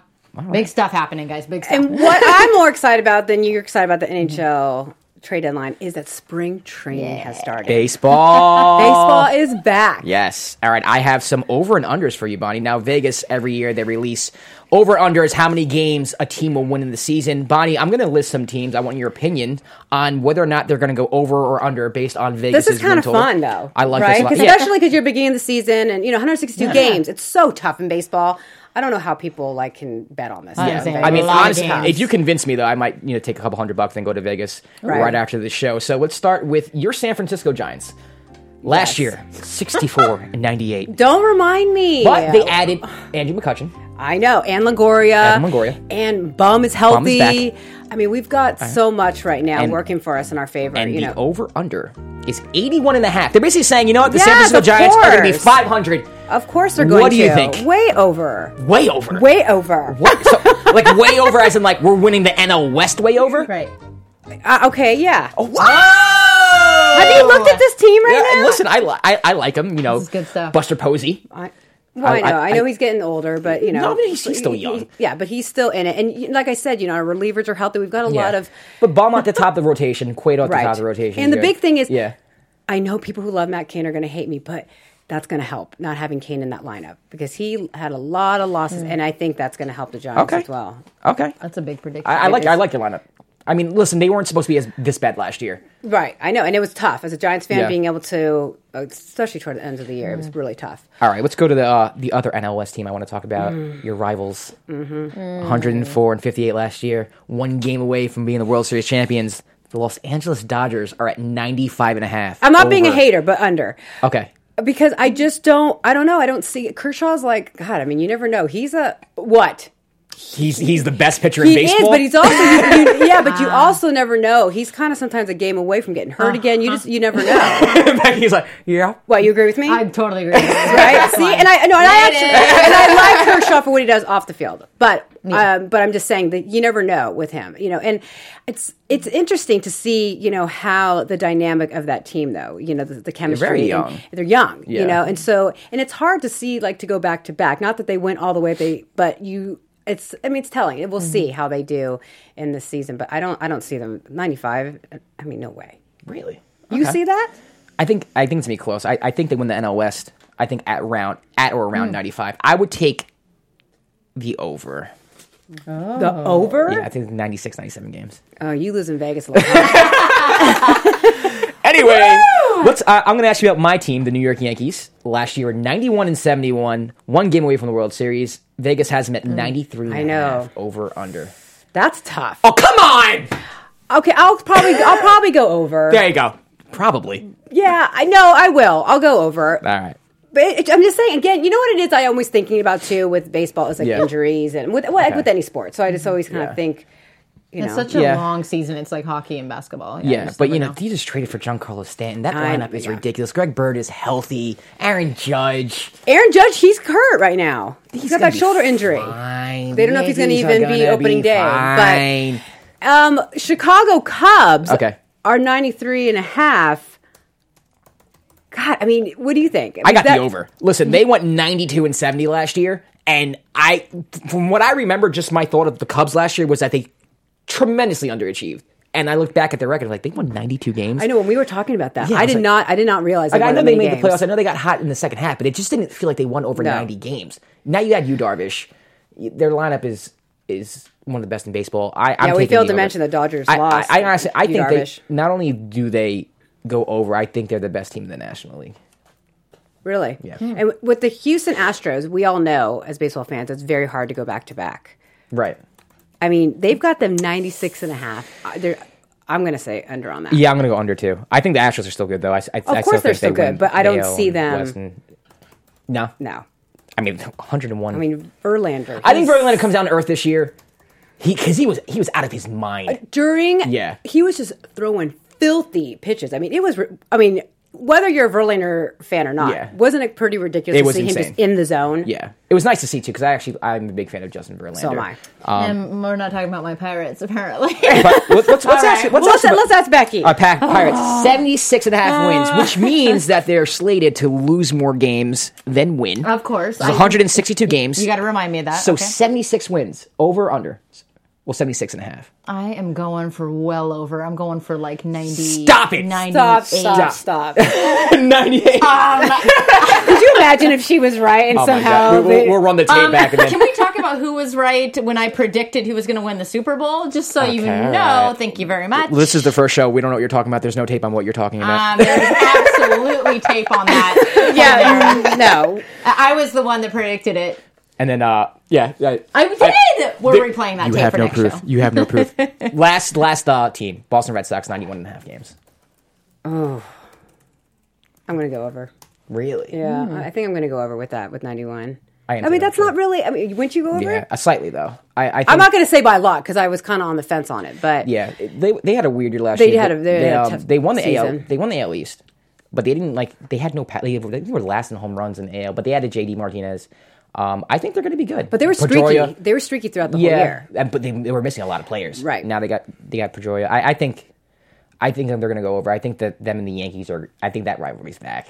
[SPEAKER 4] big stuff happening, guys. Big stuff.
[SPEAKER 1] And what I'm more excited about than you're excited about the NHL trade deadline is that spring training has started.
[SPEAKER 3] baseball.
[SPEAKER 1] Baseball is back.
[SPEAKER 3] Yes. All right. I have some over and unders for you, Bonnie. Now, Vegas, every year they release over unders how many games a team will win in the season. Bonnie, I'm going to list some teams. I want your opinion on whether or not they're going to go over or under based on Vegas.
[SPEAKER 1] This is kind of fun, though.
[SPEAKER 3] I like
[SPEAKER 1] right?
[SPEAKER 3] this a lot.
[SPEAKER 1] Because
[SPEAKER 3] Yeah.
[SPEAKER 1] especially because you're beginning the season and you know 162 games. It's so tough in baseball. I don't know how people like can bet on this.
[SPEAKER 4] Yeah.
[SPEAKER 1] They-
[SPEAKER 3] I mean,
[SPEAKER 4] A lot of
[SPEAKER 3] honestly,
[SPEAKER 4] games.
[SPEAKER 3] if you convince me though, I might you know take a couple hundred bucks and go to Vegas right, after the show. So let's start with your San Francisco Giants. Last year, 64 and 98.
[SPEAKER 1] don't remind me.
[SPEAKER 3] But they added Andrew McCutcheon.
[SPEAKER 1] I know. And Longoria.
[SPEAKER 3] Adam Longoria.
[SPEAKER 1] And Bum is healthy.
[SPEAKER 3] is back.
[SPEAKER 1] I mean, we've got so much right now
[SPEAKER 3] And-
[SPEAKER 1] working for us in our favor.
[SPEAKER 3] and
[SPEAKER 1] you
[SPEAKER 3] the
[SPEAKER 1] know.
[SPEAKER 3] over under is 81 and a half. They're basically saying, you know what, the San
[SPEAKER 1] Yes,
[SPEAKER 3] Francisco
[SPEAKER 1] of
[SPEAKER 3] Giants are going to be
[SPEAKER 1] course.
[SPEAKER 3] 500
[SPEAKER 1] of course they're going
[SPEAKER 3] What do you
[SPEAKER 1] to.
[SPEAKER 3] think?
[SPEAKER 1] Way over.
[SPEAKER 3] way over.
[SPEAKER 1] Way over.
[SPEAKER 3] What? So, like way over as in like we're winning the NL West way over?
[SPEAKER 4] right.
[SPEAKER 1] Uh, okay, yeah.
[SPEAKER 3] Wow!
[SPEAKER 1] Have you looked at this team
[SPEAKER 3] Yeah,
[SPEAKER 1] right
[SPEAKER 3] and
[SPEAKER 1] now?
[SPEAKER 3] listen, I, li- I I like him, you know.
[SPEAKER 4] is good stuff.
[SPEAKER 3] Buster Posey.
[SPEAKER 1] I, well, I,
[SPEAKER 3] I-
[SPEAKER 1] know. I,
[SPEAKER 3] I-
[SPEAKER 1] know
[SPEAKER 3] I-
[SPEAKER 1] he's getting older, but you know,
[SPEAKER 3] No, but he's- he's still young.
[SPEAKER 1] yeah, but he's still in it. And y- like I said, you know, our relievers are healthy. We've got a lot
[SPEAKER 3] Yeah.
[SPEAKER 1] of.
[SPEAKER 3] But Baum at the top of the rotation, Cueto at
[SPEAKER 1] Right.
[SPEAKER 3] the top of the rotation.
[SPEAKER 1] And the
[SPEAKER 3] yeah.
[SPEAKER 1] big thing is-
[SPEAKER 3] Yeah.
[SPEAKER 1] I know people who love Matt Cain are going to hate me, but that's going to help not having Kane in that lineup because he had a lot of losses, and I think that's going to help the Giants
[SPEAKER 3] Okay.
[SPEAKER 1] as well.
[SPEAKER 3] Okay.
[SPEAKER 4] That's a big prediction.
[SPEAKER 3] I, I like
[SPEAKER 1] is-
[SPEAKER 3] I like your lineup. I mean, listen, they weren't supposed to be as this bad last year.
[SPEAKER 1] Right, I know, and it was tough as a Giants fan
[SPEAKER 3] Yeah.
[SPEAKER 1] being able to, especially toward the end of the year, it was really tough.
[SPEAKER 3] All right, let's go to the uh, the other NL West team I want to talk about.
[SPEAKER 1] Mm.
[SPEAKER 3] Your rivals,
[SPEAKER 1] Mm-hmm.
[SPEAKER 3] 104 and 58 last year, one game away from being the World Series champions. The Los Angeles Dodgers are at 95 and a half.
[SPEAKER 1] I'm not being a
[SPEAKER 3] over-
[SPEAKER 1] hater, but under.
[SPEAKER 3] Okay,
[SPEAKER 1] because I just don't. I don't know. I don't see it. Kershaw's like God. I mean, you never know. He's a what
[SPEAKER 3] he's he's the best pitcher
[SPEAKER 1] he
[SPEAKER 3] in baseball.
[SPEAKER 1] is, but he's also you, you- yeah. But you also never know. He's kind of sometimes a game away from getting hurt again. You just you never know.
[SPEAKER 3] he's like yeah.
[SPEAKER 1] what you agree with me?
[SPEAKER 4] I totally agree. With you.
[SPEAKER 1] right? See, and I no, and I actually and I like Kershaw for what he does off the field, but um, but I'm just saying that you never know with him, you know. And it's it's interesting to see, you know, how the dynamic of that team, though, you know, the, the chemistry.
[SPEAKER 3] very
[SPEAKER 1] and-
[SPEAKER 3] young.
[SPEAKER 1] they're young, you
[SPEAKER 3] Yeah.
[SPEAKER 1] know, and so and it's hard to see like to go back to back. Not that they went all the way, they but you. It's. I mean, it's telling. We'll
[SPEAKER 3] Mm-hmm.
[SPEAKER 1] see how they do in this season, but I don't. I don't see them. Ninety-five. I mean, no way.
[SPEAKER 3] Really?
[SPEAKER 1] You
[SPEAKER 3] Okay.
[SPEAKER 1] see that?
[SPEAKER 3] I think I think it's gonna be close. I, I think they win the NL West. I think at round at or
[SPEAKER 1] Mm.
[SPEAKER 3] around 95. I would take the over.
[SPEAKER 1] The over.
[SPEAKER 3] Yeah, I think 96, 97 games.
[SPEAKER 1] Uh-huh. Oh, you lose in Vegas a lot.
[SPEAKER 3] Anyway, let's. Uh, I'm going to ask you about my team, the New York Yankees. Last year, 91 and 71, one game away from the World Series. Vegas has them at 93. and
[SPEAKER 1] Mm. I
[SPEAKER 3] a
[SPEAKER 1] know.
[SPEAKER 3] half, over under.
[SPEAKER 1] That's tough.
[SPEAKER 3] Oh come on!
[SPEAKER 1] Okay, I'll probably I'll probably go over.
[SPEAKER 3] There you go. Probably.
[SPEAKER 1] Yeah, I know I will. I'll go over.
[SPEAKER 3] All right.
[SPEAKER 1] But it, I'm just saying again. You know what it is? I always thinking about too with baseball is like
[SPEAKER 3] Yeah.
[SPEAKER 1] injuries and with well, like with any sport. So I just always kind of
[SPEAKER 3] Yeah.
[SPEAKER 1] think, you
[SPEAKER 4] It's
[SPEAKER 1] know,
[SPEAKER 4] such a
[SPEAKER 3] Yeah.
[SPEAKER 4] long season. It's like hockey and basketball.
[SPEAKER 3] Yeah,
[SPEAKER 4] just
[SPEAKER 3] but
[SPEAKER 4] never
[SPEAKER 3] you know,
[SPEAKER 4] know.
[SPEAKER 3] he just traded for Giancarlo Stanton. That
[SPEAKER 1] I-
[SPEAKER 3] lineup is
[SPEAKER 1] yeah.
[SPEAKER 3] ridiculous. Greg Bird is healthy. Aaron Judge.
[SPEAKER 1] Aaron Judge. He's hurt right now. he's got
[SPEAKER 3] gonna
[SPEAKER 1] that
[SPEAKER 3] be
[SPEAKER 1] shoulder injury.
[SPEAKER 3] Fine.
[SPEAKER 1] They don't know if he's gonna
[SPEAKER 3] Yankees are
[SPEAKER 1] even be
[SPEAKER 3] gonna
[SPEAKER 1] opening day, but-
[SPEAKER 3] fine.
[SPEAKER 1] Um, Chicago Cubs
[SPEAKER 3] Okay.
[SPEAKER 1] are 93 and a half. God, I mean, what do you think?
[SPEAKER 3] I got the over. Listen, they went 92 and 70 last year, and I, from what I remember, just my thought of the Cubs last year was that they tremendously underachieved. And I looked back at their record, like they won 92 games.
[SPEAKER 1] I know when we were talking about that,
[SPEAKER 3] Yeah,
[SPEAKER 1] I,
[SPEAKER 3] I was
[SPEAKER 1] did
[SPEAKER 3] like-
[SPEAKER 1] not. I did not realize.
[SPEAKER 3] Like, I
[SPEAKER 1] won
[SPEAKER 3] know
[SPEAKER 1] that
[SPEAKER 3] they
[SPEAKER 1] many
[SPEAKER 3] made the
[SPEAKER 1] games.
[SPEAKER 3] playoffs. I know they got hot in the second half, but it just didn't feel like they won over
[SPEAKER 1] No.
[SPEAKER 3] 90 games. Now you add you Darvish. Y- Their lineup is is one of the best in baseball. I, I'm
[SPEAKER 1] Yeah, we
[SPEAKER 3] taking
[SPEAKER 1] failed
[SPEAKER 3] the
[SPEAKER 1] to
[SPEAKER 3] over.
[SPEAKER 1] mention the Dodgers
[SPEAKER 3] I,
[SPEAKER 1] lost
[SPEAKER 3] I, I honestly, I
[SPEAKER 1] to
[SPEAKER 3] think
[SPEAKER 1] Darvish.
[SPEAKER 3] they not only do they go over, I think they're the best team in the National League.
[SPEAKER 1] Really? Yeah. And w- with the Houston Astros, we all know as baseball fans, it's very hard to go back to back.
[SPEAKER 3] Right.
[SPEAKER 1] I mean, they've got them 96 and a half. Uh, They're, I'm going to say under on that.
[SPEAKER 3] Yeah, I'm gonna go under too. I think the Astros are still good though. I, I,
[SPEAKER 1] Of
[SPEAKER 3] I
[SPEAKER 1] course
[SPEAKER 3] still
[SPEAKER 1] they're
[SPEAKER 3] think
[SPEAKER 1] still
[SPEAKER 3] they
[SPEAKER 1] good,
[SPEAKER 3] win
[SPEAKER 1] but I don't
[SPEAKER 3] AL
[SPEAKER 1] see
[SPEAKER 3] and
[SPEAKER 1] them-
[SPEAKER 3] West and- no,
[SPEAKER 1] No.
[SPEAKER 3] I mean 101.
[SPEAKER 1] I mean, Verlander.
[SPEAKER 3] I think
[SPEAKER 1] he's-
[SPEAKER 3] Verlander comes down to earth this year. He because he was he was out of his mind.
[SPEAKER 1] during
[SPEAKER 3] Yeah.
[SPEAKER 1] he was just throwing filthy pitches i mean it was ri- i mean whether you're a verlander fan or not
[SPEAKER 3] Yeah.
[SPEAKER 1] wasn't it pretty ridiculous
[SPEAKER 3] It
[SPEAKER 1] to
[SPEAKER 3] was
[SPEAKER 1] see him
[SPEAKER 3] insane.
[SPEAKER 1] just in the zone
[SPEAKER 3] Yeah, it was nice to see too because I actually I'm a big fan of Justin Verlander.
[SPEAKER 1] so am i
[SPEAKER 3] um,
[SPEAKER 4] and we're not talking about my pirates, apparently.
[SPEAKER 3] But let's, let's, let's ask,
[SPEAKER 1] right.
[SPEAKER 3] let's
[SPEAKER 1] Well, let's-
[SPEAKER 3] ask about-
[SPEAKER 1] let's Ah. ask Becky.
[SPEAKER 3] Uh, Pack Pirates, 76 and a half wins, which means that they're slated to lose more games than win.
[SPEAKER 4] Of course.
[SPEAKER 3] There's
[SPEAKER 4] I-
[SPEAKER 3] 162 games.
[SPEAKER 4] you got to remind me of that.
[SPEAKER 3] So
[SPEAKER 4] okay.
[SPEAKER 3] 76 wins, over, or under. Well, 76 and a half.
[SPEAKER 4] I am going for well over. I'm going for like 90.
[SPEAKER 3] Stop it.
[SPEAKER 4] 98.
[SPEAKER 1] stop stop stop could
[SPEAKER 3] 98.
[SPEAKER 1] you imagine if she was right and
[SPEAKER 3] Oh my
[SPEAKER 1] somehow
[SPEAKER 3] God. We- We'll,
[SPEAKER 1] they-
[SPEAKER 3] we'll run the tape
[SPEAKER 4] Um,
[SPEAKER 3] back and
[SPEAKER 4] can
[SPEAKER 3] then.
[SPEAKER 4] we talk about who was right when I predicted who was going to win the Super Bowl? Just so you
[SPEAKER 3] Okay,
[SPEAKER 4] know.
[SPEAKER 3] all right.
[SPEAKER 4] Thank you very much.
[SPEAKER 3] This is the first show. We don't know what you're talking about. There's no tape on what you're talking about.
[SPEAKER 4] Um, there's absolutely tape on that.
[SPEAKER 1] yeah no
[SPEAKER 4] I I was the one that predicted it.
[SPEAKER 3] and then, uh, yeah. yeah.
[SPEAKER 4] I did. We're
[SPEAKER 3] Th-
[SPEAKER 4] replaying that
[SPEAKER 3] You
[SPEAKER 4] tape
[SPEAKER 3] have
[SPEAKER 4] for
[SPEAKER 3] no
[SPEAKER 4] next
[SPEAKER 3] proof.
[SPEAKER 4] show.
[SPEAKER 3] You have no proof. last last uh, team, Boston Red Sox, 91 and a half games.
[SPEAKER 1] i'm gonna go over
[SPEAKER 3] Really?
[SPEAKER 1] yeah i think i'm gonna go over with that with 91
[SPEAKER 3] Hmm. I
[SPEAKER 1] i,
[SPEAKER 3] am
[SPEAKER 1] mean
[SPEAKER 3] too,
[SPEAKER 1] that's
[SPEAKER 3] sure.
[SPEAKER 1] not really i mean wouldn't you go over
[SPEAKER 3] Yeah,
[SPEAKER 1] it
[SPEAKER 3] uh, slightly though. I, I think,
[SPEAKER 1] i'm not gonna say by a lot because i was kind of on the fence on it but
[SPEAKER 3] Yeah, they they had a weird year last
[SPEAKER 1] They
[SPEAKER 3] year.
[SPEAKER 1] had a- they had a
[SPEAKER 3] um,
[SPEAKER 1] tough
[SPEAKER 3] they won the AL.
[SPEAKER 1] season.
[SPEAKER 3] They won the AL East, but they didn't like. They had no. pa- They were, they were last in home runs in the AL, but they added JD Martinez. Um, I think they're going to be good.
[SPEAKER 1] but they were
[SPEAKER 3] Pedroia-
[SPEAKER 1] streaky they were streaky throughout the whole
[SPEAKER 3] yeah,
[SPEAKER 1] year
[SPEAKER 3] and- but they, they were missing a lot of players.
[SPEAKER 1] Right.
[SPEAKER 3] now they got they got Pedroia. I, I think, I think that they're going to go over. I think that them and the Yankees are. I think that rivalry's back.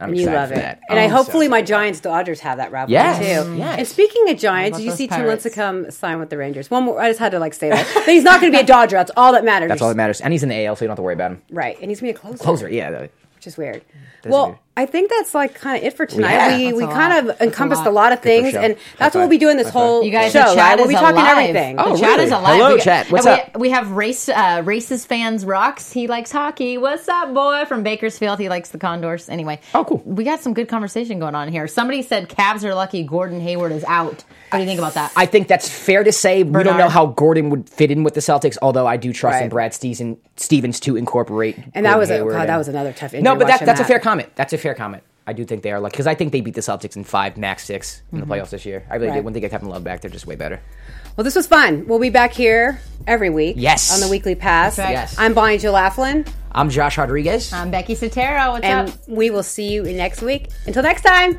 [SPEAKER 3] I'm
[SPEAKER 1] You
[SPEAKER 3] excited
[SPEAKER 1] love
[SPEAKER 3] for
[SPEAKER 1] it,
[SPEAKER 3] that.
[SPEAKER 1] and I
[SPEAKER 3] Um, so-
[SPEAKER 1] hopefully my Giants Dodgers have that rivalry
[SPEAKER 3] Yes, Mm.
[SPEAKER 1] too.
[SPEAKER 3] yes.
[SPEAKER 1] And speaking of Giants,
[SPEAKER 4] How
[SPEAKER 1] did
[SPEAKER 4] about
[SPEAKER 1] you
[SPEAKER 4] those
[SPEAKER 1] see
[SPEAKER 4] Pirates?
[SPEAKER 1] Two come sign with the Rangers? One more. I just had to like say that. But he's not going to be a Dodger. That's all that matters.
[SPEAKER 3] That's all that matters, and he's in the AL, so you don't have to worry about him.
[SPEAKER 1] Right, and he's going to be a closer,
[SPEAKER 3] Closer, yeah.
[SPEAKER 1] which is weird. well,
[SPEAKER 3] weird.
[SPEAKER 1] I think that's like kind of it for tonight.
[SPEAKER 3] Yeah.
[SPEAKER 1] we
[SPEAKER 4] That's
[SPEAKER 1] we
[SPEAKER 4] a
[SPEAKER 1] kind
[SPEAKER 4] lot.
[SPEAKER 1] of encompassed a
[SPEAKER 4] lot.
[SPEAKER 1] lot of
[SPEAKER 3] Good for
[SPEAKER 1] things,
[SPEAKER 3] show.
[SPEAKER 1] and
[SPEAKER 3] High
[SPEAKER 1] that's what we'll
[SPEAKER 3] five.
[SPEAKER 1] be doing this
[SPEAKER 3] High
[SPEAKER 1] whole
[SPEAKER 3] five.
[SPEAKER 4] You guys,
[SPEAKER 1] show.
[SPEAKER 4] the chat
[SPEAKER 1] right? We'll
[SPEAKER 4] is
[SPEAKER 1] be talking
[SPEAKER 4] alive.
[SPEAKER 1] everything.
[SPEAKER 4] The
[SPEAKER 3] Oh,
[SPEAKER 4] chat
[SPEAKER 3] really?
[SPEAKER 4] is alive.
[SPEAKER 3] Hello,
[SPEAKER 4] we got-
[SPEAKER 3] chat. What's
[SPEAKER 4] we,
[SPEAKER 3] up?
[SPEAKER 4] We have race uh, races fans rocks. He likes hockey. What's up, boy? From Bakersfield, he likes the Condors. Anyway,
[SPEAKER 3] Oh, cool.
[SPEAKER 4] We got some good conversation going on here. Somebody said Cavs are lucky. Gordon Hayward is out. What do you think about that?
[SPEAKER 3] I think that's fair to say. We don't
[SPEAKER 4] Bernard.
[SPEAKER 3] know how Gordon would fit in with the Celtics, although I do trust in
[SPEAKER 1] Right.
[SPEAKER 3] Brad Steven, Stevens to incorporate.
[SPEAKER 1] And that
[SPEAKER 3] Gordon
[SPEAKER 1] was a-
[SPEAKER 3] Hayward
[SPEAKER 1] God, that
[SPEAKER 3] and-
[SPEAKER 1] was another tough injury
[SPEAKER 3] No, but that,
[SPEAKER 1] watching
[SPEAKER 3] that's a
[SPEAKER 1] that.
[SPEAKER 3] fair comment. That's a fair comment. I do think they are lucky because I think they beat the Celtics in five, max six in the playoffs this year. I really
[SPEAKER 1] Mm-hmm. Right.
[SPEAKER 3] do. When they get Kevin Love back, they're just way better.
[SPEAKER 1] Well, this was fun. We'll be back here every week.
[SPEAKER 3] Yes.
[SPEAKER 1] on the weekly pass.
[SPEAKER 4] right.
[SPEAKER 3] Yes.
[SPEAKER 1] I'm Bonnie Jill Laughlin,
[SPEAKER 3] I'm Josh Rodriguez.
[SPEAKER 4] I'm Becky Sotero. What's
[SPEAKER 1] and
[SPEAKER 4] up?
[SPEAKER 1] we will see you next week. Until next time.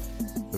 [SPEAKER 8] The